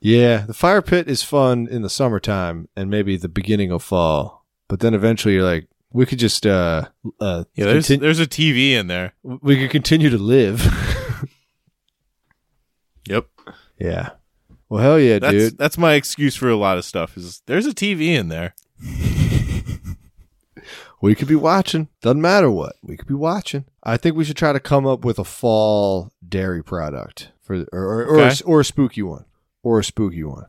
[SPEAKER 1] Yeah, the fire pit is fun in the summertime and maybe the beginning of fall, but then eventually you're like, we could just uh, uh
[SPEAKER 2] Yeah, there's
[SPEAKER 1] contin-
[SPEAKER 2] there's a TV in there.
[SPEAKER 1] we could continue to live.
[SPEAKER 2] Yep.
[SPEAKER 1] yeah, Well, hell yeah,
[SPEAKER 2] That's
[SPEAKER 1] dude.
[SPEAKER 2] that's my excuse for a lot of stuff. Is there's a TV in there?
[SPEAKER 1] We could be watching. Doesn't matter what. We could be watching. I think we should try to come up with a fall dairy product for or or, or, a,
[SPEAKER 2] Okay.
[SPEAKER 1] or a spooky one or a spooky one.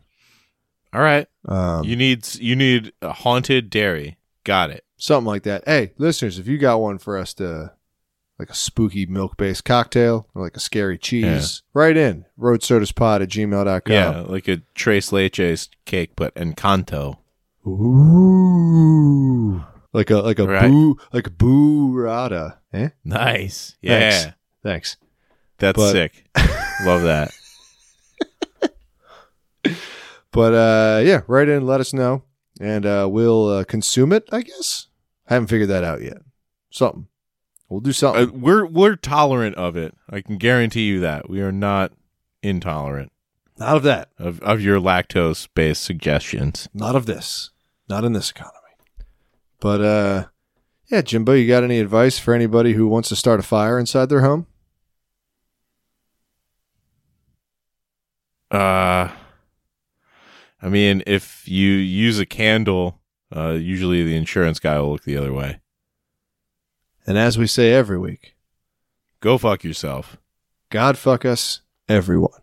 [SPEAKER 2] All right,
[SPEAKER 1] Um,
[SPEAKER 2] you need s- you need a haunted dairy. Got it.
[SPEAKER 1] something like that. Hey, listeners, if you got one for us to like a spooky milk based cocktail or like a scary cheese, right in roadsodaspod at gmail.com.
[SPEAKER 2] Yeah, like a Trace Leches cake, but Encanto.
[SPEAKER 1] Ooh. Like a like a
[SPEAKER 2] Right.
[SPEAKER 1] boo like a boo rada. Eh?
[SPEAKER 2] Nice. Yeah,
[SPEAKER 1] Thanks. Thanks.
[SPEAKER 2] that's
[SPEAKER 1] But-
[SPEAKER 2] sick. Love that.
[SPEAKER 1] But uh yeah, write in, let us know, and uh we'll uh, consume it, I guess. I haven't figured that out yet. Something. We'll do
[SPEAKER 2] Uh,
[SPEAKER 1] something.
[SPEAKER 2] we're we're tolerant of it. I can guarantee you that we are not intolerant
[SPEAKER 1] not of that.
[SPEAKER 2] of of your lactose based suggestions.
[SPEAKER 1] Not of this. Not in this economy. But uh yeah, Jimbo, you got any advice for anybody who wants to start a fire inside their home?
[SPEAKER 2] Uh, I mean, if you use a candle, uh, usually the insurance guy will look the other way.
[SPEAKER 1] And as we say every week,
[SPEAKER 2] Go fuck yourself.
[SPEAKER 1] God fuck us, everyone.